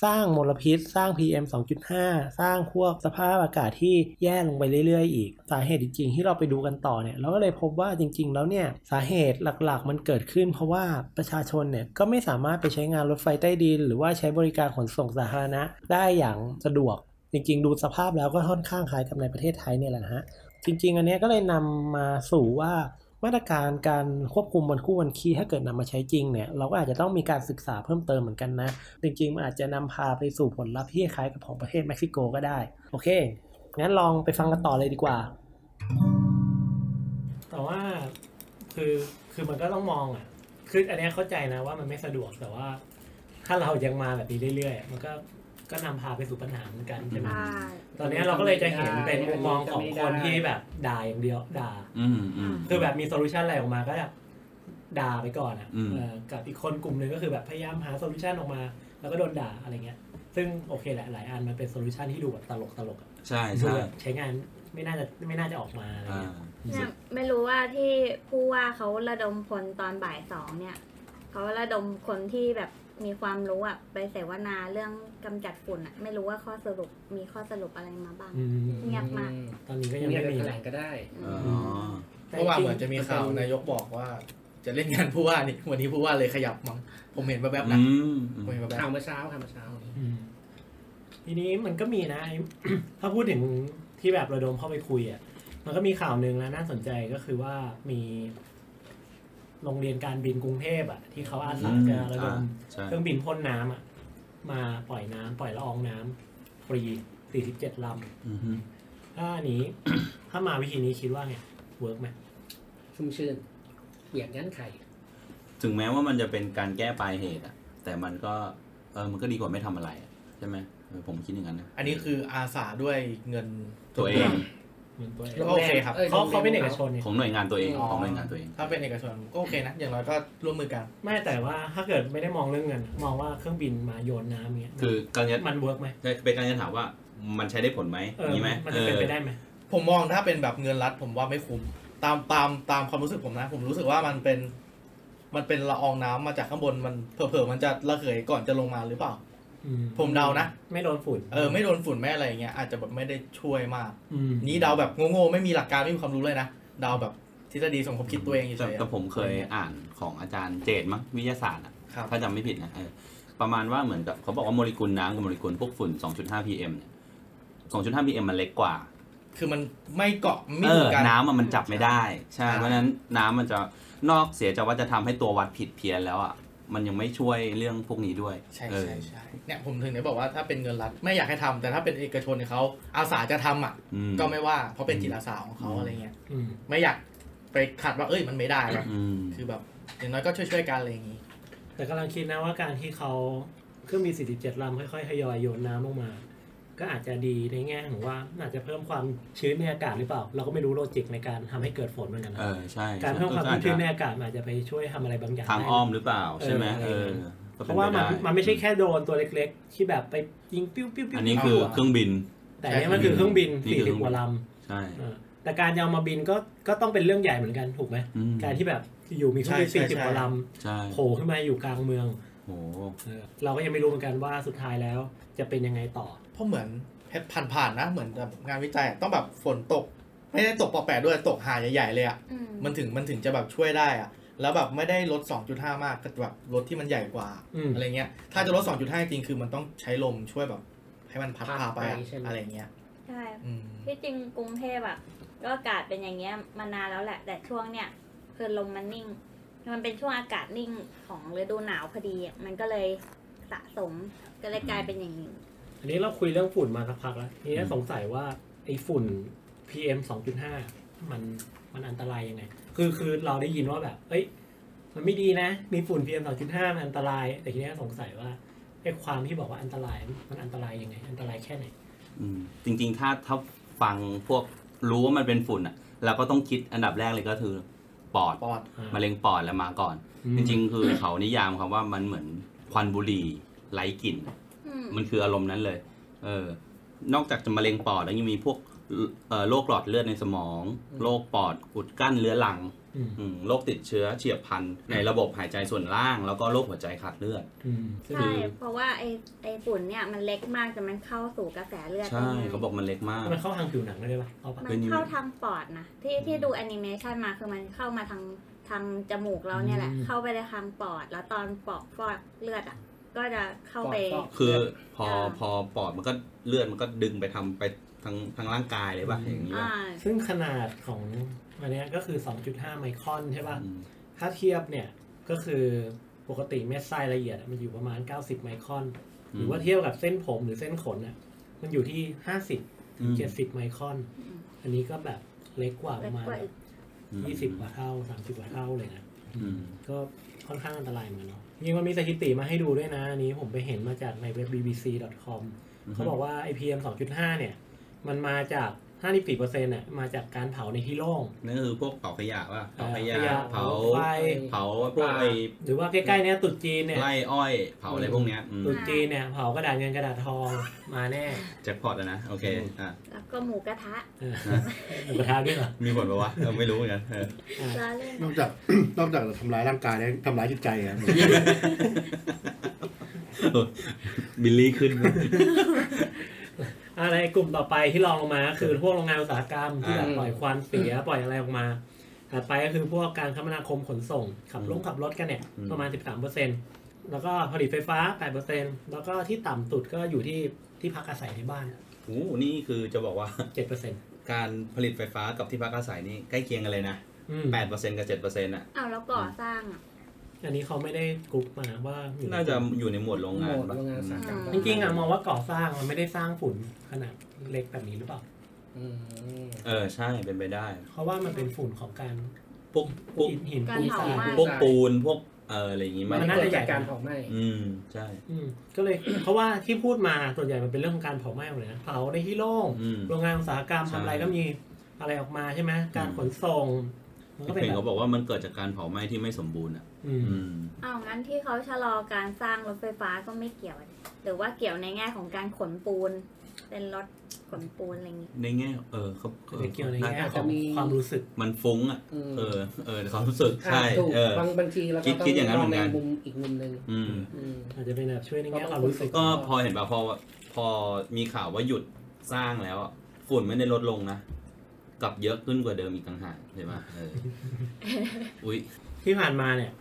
Speaker 1: สร้างมลพิษ สร้าง PM 2.5 สร้างพวกสภาพอากาศที่แย่ลงไปเรื่อยๆอีก สาเหตุจริงๆที่เราไปดูกันต่อเนี่ยเราก็เลยพบว่าจริง ๆ แล้วเนี่ยสาเหตุหลักๆ มันเกิดขึ้น เพราะว่าประชาชนเนี่ยก็ไม่สามารถไปใช้งานรถไฟใต้ดิน หรือว่าใช้บริการขนส่งสาธารณะได้อย่างสะดวก จริงๆ ดูสภาพแล้วก็ค่อนข้างคล้ายกับในประเทศไทยเนี่ยแหละนะฮะ จริงๆ อันเนี้ยก็เลยนำมาสู่ว่ามาตรการการควบคุมวันคู่วันขี้ถ้าเกิดนำมาใช้จริงเนี่ยเราก็อาจจะต้องมีการศึกษาเพิ่มเติมเหมือนกันนะ จริงๆ มันอาจจะนำพาไปสู่ผลลัพธ์ที่คล้ายกับของประเทศเม็กซิโกก็ได้ โอเค งั้นลองไปฟังกันต่อเลยดีกว่า แต่ว่าคือคือมันก็ต้องมองอ่ะ คืออันเนี้ยเข้าใจนะว่ามันไม่สะดวกแต่ว่า ถ้าเรายังมาแบบนี้เรื่อยๆ มันก็ก็นำพาไปสู่ปัญหาเหมือนกันใช่ไหม
Speaker 5: ใช่
Speaker 1: ตอนเนี้ยเราก็เลยจะเห็นเป็นมุมมองของคนที่แบบด่าอย่างเดียวด่า
Speaker 2: อืมอืม
Speaker 1: คือแบบมีโซลูชันอะไรออกมาก็จะด่าไปก่อนอ่ะ
Speaker 2: อืม
Speaker 1: เออกับอีกคนกลุ่มหนึ่งก็คือแบบพยายามหาโซลูชันออกมา แล้วก็โดนด่าอะไรเงี้ย ซึ่งโอเคแหละหลายอันมันเป็นโซลูชันที่ดูแบบตลกตลกๆอะ
Speaker 2: ใช่
Speaker 1: ดู
Speaker 2: ใช่
Speaker 1: แบบใช้งานไม่น่าจะไม่น่าจะออกมาอะไร
Speaker 2: อ่า
Speaker 1: เงี้ย
Speaker 5: เนี่ยไม่รู้ว่าที่ผู้ว่าเขาระดมคนตอนบ่ายสองเนี่ยเขาระดมคนที่แบบมีความรู้อะไปเสวนาเรื่องกำจัดฝุ่นอะไม่รู้ว่าข้อสรุปมีข้อสรุปอะไรมาบ้าง
Speaker 1: อืม
Speaker 5: เงียบมาก
Speaker 1: ตอนนี้ก็
Speaker 3: อื
Speaker 1: ยัง
Speaker 3: มีอะ
Speaker 1: ไม่
Speaker 3: ไร
Speaker 1: มี
Speaker 3: แถล
Speaker 1: นะ
Speaker 3: งก็ได้
Speaker 2: อ๋อ
Speaker 1: แต่
Speaker 6: เมื่อวาน
Speaker 1: จริงๆ
Speaker 6: เหมือนจะมีข่าวนายกบอกว่า จะเล่นงานผู้ว่านี่วันนี้ผู้ว่าเลยขยับมั้งผมเห็นแบบๆนะ
Speaker 2: อืมอืม
Speaker 6: ผมเห็นแบบ
Speaker 3: ข่าว
Speaker 6: ๆ
Speaker 3: เมื่อเช้าข่าวเมื่อเช้า
Speaker 1: อืมทีนี้มันก็มีนะไอ้ *coughs* ถ้าพูดถึงที่แบบระดมเข้าไปคุยอ่ะ มันก็มีข่าวหนึ่งนะน่าสนใจก็คือว่ามีโรงเรียนการบินกรุงเทพอ่ะ ที่เขาอาสาจะระด
Speaker 2: อ่าม ใช่
Speaker 1: เครื่องบินพ่นน้ำอ่ะมาปล่อยน้ำปล่อยละอองน้ำฟรี 47 ล
Speaker 2: อือฮึ
Speaker 1: ำ ถ้าอันนี้ *coughs* ถ้ามาวิธีนี้คิดว่าไงเวิร์กไหม
Speaker 3: ชุ่มชื่นเปียกงั้นไข่
Speaker 2: ถึงแม้ว่ามันจะเป็นการแก้ปลายเหตุอะแต่มันก็เออมันก็ดีกว่าไม่ทำอะไรอะใช่ไหมเออผมคิดอย่างนั้นนะ
Speaker 6: อันนี้คืออาสาด้วยเงิน
Speaker 2: ตัวเอง
Speaker 1: เหมือนตัวเอง
Speaker 6: โอเคครับ
Speaker 1: เขาเขาเป็นเอกชนเนี่ย
Speaker 2: ของหน่วยงานตัวเองของหน่วยงานตัวเอง
Speaker 6: ถ้าเป็นเอกชนก็โอเคนะ อย่างน้อยก็ร่วมมือกัน
Speaker 1: ไม่แต่ว่าถ้าเกิดไม่ได้มองเรื่องเงิน มองว่าเครื่องบินมาโยนน้ำเงี้ย
Speaker 2: คือการจะ
Speaker 1: มันเวิร์กไหม
Speaker 2: เป็นการจะถามว่ามันใช้ได้ผลไหม
Speaker 1: เออ
Speaker 2: มีไหม
Speaker 1: มัน
Speaker 2: เอ
Speaker 1: จะเป็น
Speaker 2: อ
Speaker 1: ไปได้ไหม
Speaker 6: ผมมองถ้าเป็นแบบเงินรัฐผมว่าไม่คุ้มตามตามตามความรู้สึกผมนะ ผมรู้สึกว่ามันเป็น มันเป็นละอองน้ำมาจากข้างบนมันเผลอๆมันจะระเหยก่อนจะลงมาหรือเปล่า
Speaker 1: อื
Speaker 6: ผมเดานะ
Speaker 1: ไม่โดนฝุ่น
Speaker 6: เออไม่โดนฝุ่นไม่อะไรอย่างเงี้ยอาจจะแบบไม่ได้ช่วยมาก
Speaker 1: อืม
Speaker 6: นี่เดาแบบโง่ๆไม่มีหลักการไม่มีความรู้เลยนะเดาแบบทฤษฎีสมคบคิดตัวเองเฉ
Speaker 2: แต่
Speaker 6: ยๆ
Speaker 2: แต่ผมเคยอ่านของอาจารย์เจตมั้งวิทยาศาสตร์อะ
Speaker 6: ครับ
Speaker 2: ถ้าจำไม่ผิดนะเออประมาณว่าเหมือนกับเขาบอกว่าโมเลกุลน้ำกับโมเลกุลพวกฝุ่น 2.5 pm เนี่ย 2.5 pm มันเล็กกว่า
Speaker 6: คือมันไม่เกาะไม่
Speaker 2: เอ
Speaker 6: ถึ
Speaker 2: อง
Speaker 6: กัน
Speaker 2: น้ำอะมันจับไม่ได้ ใช่
Speaker 6: อ่า
Speaker 2: เพราะฉะนั้นน้ำมันจะนอกเสียจากว่าจะทำให้ตัววัดผิดเพี้ยนแล้วอ่ะ มันยังไม่ช่วยเรื่องพวกนี้ด้วย
Speaker 6: ใช่
Speaker 2: เออ
Speaker 6: ใช่ใช่เนี่ยผมถึงได้บอกว่าถ้าเป็นเงินรัฐไม่อยากให้ทำแต่ถ้าเป็นเอกชนเนี่ยเขาอาสาจะทำอ่ะ
Speaker 2: อื
Speaker 6: ก็ไม่ว่าเพราะเป็นจิตอาสาของเขา
Speaker 2: อืม
Speaker 6: อะไรเงี้ย
Speaker 1: อืม
Speaker 6: ไม่อยากไปขัดว่าเอ้ยมันไม่ได้นะ
Speaker 2: อืม
Speaker 6: คือแบบอย่างน้อยก็ช่วยๆกันอะไรอย่างงี้
Speaker 1: แต่กำลังคิดนะว่าการที่เขาเครื่องมี 47 ลำค่อยๆทยอยโยนน้ำลงมา ก็อาจจะดีในแง่ของว่าอาจจะเพิ่มความชื้นในอากาศหรือเปล่า เราก็ไม่รู้โลจิกในการทำให้เกิดฝนเหมือนกันนะ
Speaker 2: เออใช่
Speaker 1: การเพิ่มความ
Speaker 2: ก็
Speaker 1: ชื้นใน
Speaker 2: จะ
Speaker 1: อากาศมันอาจจะไปช่วยทำอะไรบางอย่าง
Speaker 2: ทาง
Speaker 1: ได้
Speaker 2: อ้อมหรือเปล่าใช่ไหม
Speaker 1: เอ
Speaker 2: เอ
Speaker 1: อ
Speaker 2: อ
Speaker 1: เพราะว่ามัน
Speaker 2: ก็ป็ปด้
Speaker 1: มันไม่ใช่แค่โดรนตัวเล็กๆ ที่แบบไปยิงปิ้วปิ้วปิ้ว
Speaker 2: อันนี้คือเครื่องบิน
Speaker 1: แต่อันนี้มันคือเครื่องบิน
Speaker 2: นี่คือ
Speaker 1: 40 กว่าล
Speaker 2: ใช่
Speaker 1: ำเออแต่การจะเอามาบินก็ก็ต้องเป็นเรื่องใหญ่เหมือนกันถูกไหม
Speaker 2: อืม
Speaker 1: การที่แบบอยู่มีเครื่องบิน
Speaker 6: ใช่ใช่
Speaker 1: 40 กว่า
Speaker 6: ใช่
Speaker 1: ล
Speaker 2: ใช่
Speaker 1: ำโผล่ขึ้นมาอยู่กลางเมือง
Speaker 2: โอ้โห
Speaker 1: เออเราก็ยังไม่รู้เหมือนกันว่าสุดท้ายแล้วจะเป็นยังไงต่อ
Speaker 6: เพราะเหมือนเพชรผ่านๆนะเหมือนแบบงานวิจัยอะต้องแบบฝนตก ไม่ได้ตกปอกแปดด้วยตกหาใหญ่ๆเลยอ่ะ
Speaker 5: อืม
Speaker 6: มันถึงมันถึงจะแบบช่วยได้อ่ะแล้วแบบไม่ได้ลด 2.5 มากก็แบบลดที่มันใหญ่กว่า
Speaker 1: อืม
Speaker 6: อะไรเงี้ยถ้าจะลด 2.5 จริงๆคือมันต้องใช้ลมช่วยแบบ ให้มันพัด
Speaker 3: พัด
Speaker 6: พาไปอะ
Speaker 3: ไปใช่ไหม
Speaker 6: อะไรเงี้ย
Speaker 5: ใช่
Speaker 6: อืม
Speaker 5: ที่จริงกรุงเทพอ่ะก็อากาศเป็นอย่างเงี้ยมานานแล้วแหละ แต่ช่วงเนี้ยคือลมมันนิ่ง มันเป็นช่วงอากาศนิ่งของฤดูหนาวพอดีอะมันก็เลยสะสมก็เลยกลายเป็นอย่างนี้
Speaker 1: อันนี้เราคุยเรื่องฝุ่นมาสักพักแล้วทีนี้
Speaker 2: อืม
Speaker 1: สงสัยว่าไอ้ฝุ่น PM 2.5 มันมันอันตรายยังไง คือคือเราได้ยินว่าแบบ เอ้ย มันไม่ดีนะ มีฝุ่น PM 2.5 มันอันตราย แต่ทีนี้สงสัยว่าไอ้ความที่บอกว่าอันตรายมันอันตรายยังไง อันตรายแค่ไหน
Speaker 2: อืมจริงๆ ถ้าถ้าฟังพวกรู้ว่ามันเป็นฝุ่นอ่ะ เราก็ต้องคิดอันดับแรกเลยก็คือปอด
Speaker 6: ปอด
Speaker 2: มะเร็งปอดแล้วมาก่อน
Speaker 1: อืม
Speaker 2: จริง ๆ คือ *coughs* เขานิยามคำว่ามันเหมือนควันบุหรี่ไร้กลิ่น
Speaker 5: อืม
Speaker 2: มันคืออารมณ์นั้นเลย เออ นอกจากจะมะเร็งปอดแล้วยังมีพวกเอ่อโรคหลอดเลือดในสมอง โรคปอดอุดกั้นเรื้อรัง
Speaker 1: อืม
Speaker 2: อืมโรคติดเชื้อเฉียบพลันในระบบหายใจส่วนล่าง แล้วก็โรคหัวใจขาดเลือด
Speaker 1: อืมซึ่ง
Speaker 5: ใช่
Speaker 2: คือ
Speaker 5: เพราะว่าไอไอฝุ่นเนี่ยมันเล็กมากจนมันเข้าสู่กระแสเลือด
Speaker 2: ใช่
Speaker 5: ได้ง่ย
Speaker 2: เขาบอกมันเล็กมาก
Speaker 1: มันเข้าทางผิวหนังได้ไหมเอาปะ
Speaker 5: มัน
Speaker 2: เป็นยังไง
Speaker 5: เข้าทางปอดนะที่ที่ดูแอนิเมชันมาคือมันเข้ามาทางทางจมูกเราเนี่ยแหละ
Speaker 1: อืม
Speaker 5: เข้าไปในทางปอด แล้วตอนปอกฟอกเลือดอ่ะ ก็จะเข้าไป
Speaker 3: ปอดฟอก
Speaker 2: คือพอ
Speaker 5: อ่า
Speaker 2: พอปอดมันก็เลือดมันก็ดึงไปทำไปทางทางร่างกายเลยป่ะ
Speaker 1: อืม
Speaker 2: อย่างนี้
Speaker 5: อ่า
Speaker 2: ป่ะ
Speaker 1: ซึ่งขนาดของอันเนี้ยก็คือ 2.5 ไมครอนใช่ป่ะ
Speaker 2: อืม
Speaker 1: ถ้าเทียบเนี่ยก็คือปกติเม็ดทรายละเอียดอะมันอยู่ประมาณ 90 ไมครอน หรือว่าเทียบกับเส้นผมหรือเส้นขนน่ะมันอยู่ที่
Speaker 2: อืม
Speaker 1: 50 70 ไมครอน
Speaker 5: อืม
Speaker 1: อันนี้ก็แบบเล็กกว่าป
Speaker 5: เล็ก
Speaker 1: ระมาณ
Speaker 5: กว่าอีก
Speaker 2: อืม
Speaker 1: 20กว่าเท่า 30กว่าเท่าเลยนะ
Speaker 2: อืม
Speaker 1: ก็ค่อนข้างอันตรายเหมือนกันเนาะจริงๆมันมีสถิติมาให้ดูด้วยนะ อันนี้ผมไปเห็นมาจากในเว็บ bbc.com เขาบอกว่า IPM 2.5 เนี่ย มันมาจาก 54%เนี่ยมาจากการเผาในที่โล่ง
Speaker 2: นั่นคือพวกเผาขยะป่ะเผาขยะเผา
Speaker 1: ไฟ
Speaker 2: เผาพวกไอ้
Speaker 1: หรือว่าใกล้ๆเนี้ยตรุดจีนเนี่ย
Speaker 2: ไร่อ้อย เผาอะไรพวกเนี้ยอืม
Speaker 1: ตรุ๊จีนเนี่ยเผากระดาษเงินกระดาษทองมาแน่
Speaker 2: แจ็คพอตอะนะ โอเคอ่ะ
Speaker 5: แล้วก็หมูกระทะ
Speaker 1: เออหมูกระทะด้วยเหรอ
Speaker 2: มีผลปะวะเออไม่รู้เหมือนกันเออ
Speaker 1: อ่ะ
Speaker 5: แล้วเล่น
Speaker 4: นอกจาก นอกจากจะทำร้ายร่างกายแล้วทำร้ายจิตใจอะ
Speaker 2: บิลลี่ขึ้น
Speaker 1: อะไรกลุ่มต่อไปที่รองลงมาก็คือพวกโรงงานอุตสาหกรรมที่แบบ
Speaker 6: อ่า
Speaker 1: ปล่อยควันเสียปล่อยอะไรออกมาถัดไปก็คือพวกการคมนาคมขนส่ง ขับลงขับรถกันเนี่ย
Speaker 2: อืม
Speaker 1: ประมาณ 13%แล้วก็ผลิตไฟฟ้า 8%แล้วก็ที่ต่ำสุดก็อยู่ที่ที่พักอาศัยในบ้าน
Speaker 2: โอ้โหนี่คือจะบอกว่า
Speaker 1: 7%
Speaker 2: การผลิตไฟฟ้ากับที่พักอาศัยนี่ใกล้เคียงกันเลยนะ
Speaker 1: อืม
Speaker 2: 8%กับ7%อ่ะ
Speaker 5: อ้าวแล้วก่อสร้างอ่ะ
Speaker 1: อันนี้เขาไม่ได้กรุ๊ปมาว่าอยู่
Speaker 2: น่าจะอยู่ในหมวดโรงงาน
Speaker 3: โหมด
Speaker 2: ปะ
Speaker 3: โรงงานอุตสาหกรรม
Speaker 1: จริงๆอะมองว่าก่อสร้างมันไม่ได้สร้างฝุ่นขนาดเล็กแบบนี้หรือเปล่า
Speaker 3: อืม
Speaker 2: เออ ใช่เป็นไปได้
Speaker 1: เพราะว่ามันเป็นฝุ่นของการ
Speaker 2: พวกพวก
Speaker 1: หินหิน
Speaker 5: การ
Speaker 1: ปูน
Speaker 5: เผา
Speaker 1: ทราย
Speaker 5: ไหม้
Speaker 2: พวกปูนพวกเอออะไรอย่างงี้
Speaker 1: มั
Speaker 2: มาก
Speaker 1: น
Speaker 2: ก
Speaker 1: น่า
Speaker 2: ว่า
Speaker 1: จะใหญ่
Speaker 3: การเผาไหม้
Speaker 2: อืม ใช่
Speaker 1: อืมก็เลย *coughs* เพราะว่าที่พูดมาส่วนใหญ่มันเป็นเรื่องของการเผาไหม้หมดเลยนะเผาในที่โล่ง
Speaker 2: อืม
Speaker 1: โรงงานอุตสาหกรรม
Speaker 2: ใช่
Speaker 1: ทำอะไรก็มีอะไรออกมาใช่ไหมการขนส่ง มันก็เป็น
Speaker 2: เห็น
Speaker 1: แบ
Speaker 2: เขา
Speaker 1: บ
Speaker 2: บอกว่ามันเกิดจากการเผาไหม้ที่ไม่สมบูรณ์อ่ะ
Speaker 1: อืม
Speaker 2: อืม
Speaker 5: อ้าวงั้นที่เขาชะลอการสร้างรถไฟฟ้าก็ไม่เกี่ยว หรือว่าเกี่ยวในแง่ของการขนปูน เป็นรถขนปูนอะไรอย่างงี้
Speaker 2: ในแง่ เออเขาออ
Speaker 1: เกี่ยวในแง่
Speaker 3: อาจ
Speaker 1: ข
Speaker 3: จะ
Speaker 1: อง
Speaker 3: มี
Speaker 1: ความรู้สึก
Speaker 2: มันฟุ้งอ่ะ
Speaker 3: อืม
Speaker 2: เออ เออความรู้สึก
Speaker 3: อ่ะ
Speaker 2: ใช่
Speaker 3: ถูก
Speaker 2: เออ
Speaker 3: บางบางทีเรา
Speaker 2: คิด
Speaker 3: ก็ต้อง
Speaker 2: คิดอย่างนั้นเหมือนกัน
Speaker 3: มุมอีกมุมหนึ่ง
Speaker 2: อืม
Speaker 3: อืม
Speaker 1: อาจจะเป็นแบบช่วยในแง่ความรู้สึก
Speaker 2: ก็พอเห็นป่ะพอพอมีข่าวว่าหยุดสร้างแล้วอะฝุ่นไม่ได้ลดลงนะกลับเยอะขึ้นกว่าเดิมอีกต่างหากเห็นป่ะเอ
Speaker 5: *laughs*
Speaker 2: อ อุ้ย
Speaker 1: ที่ผ่านมาเนี่ย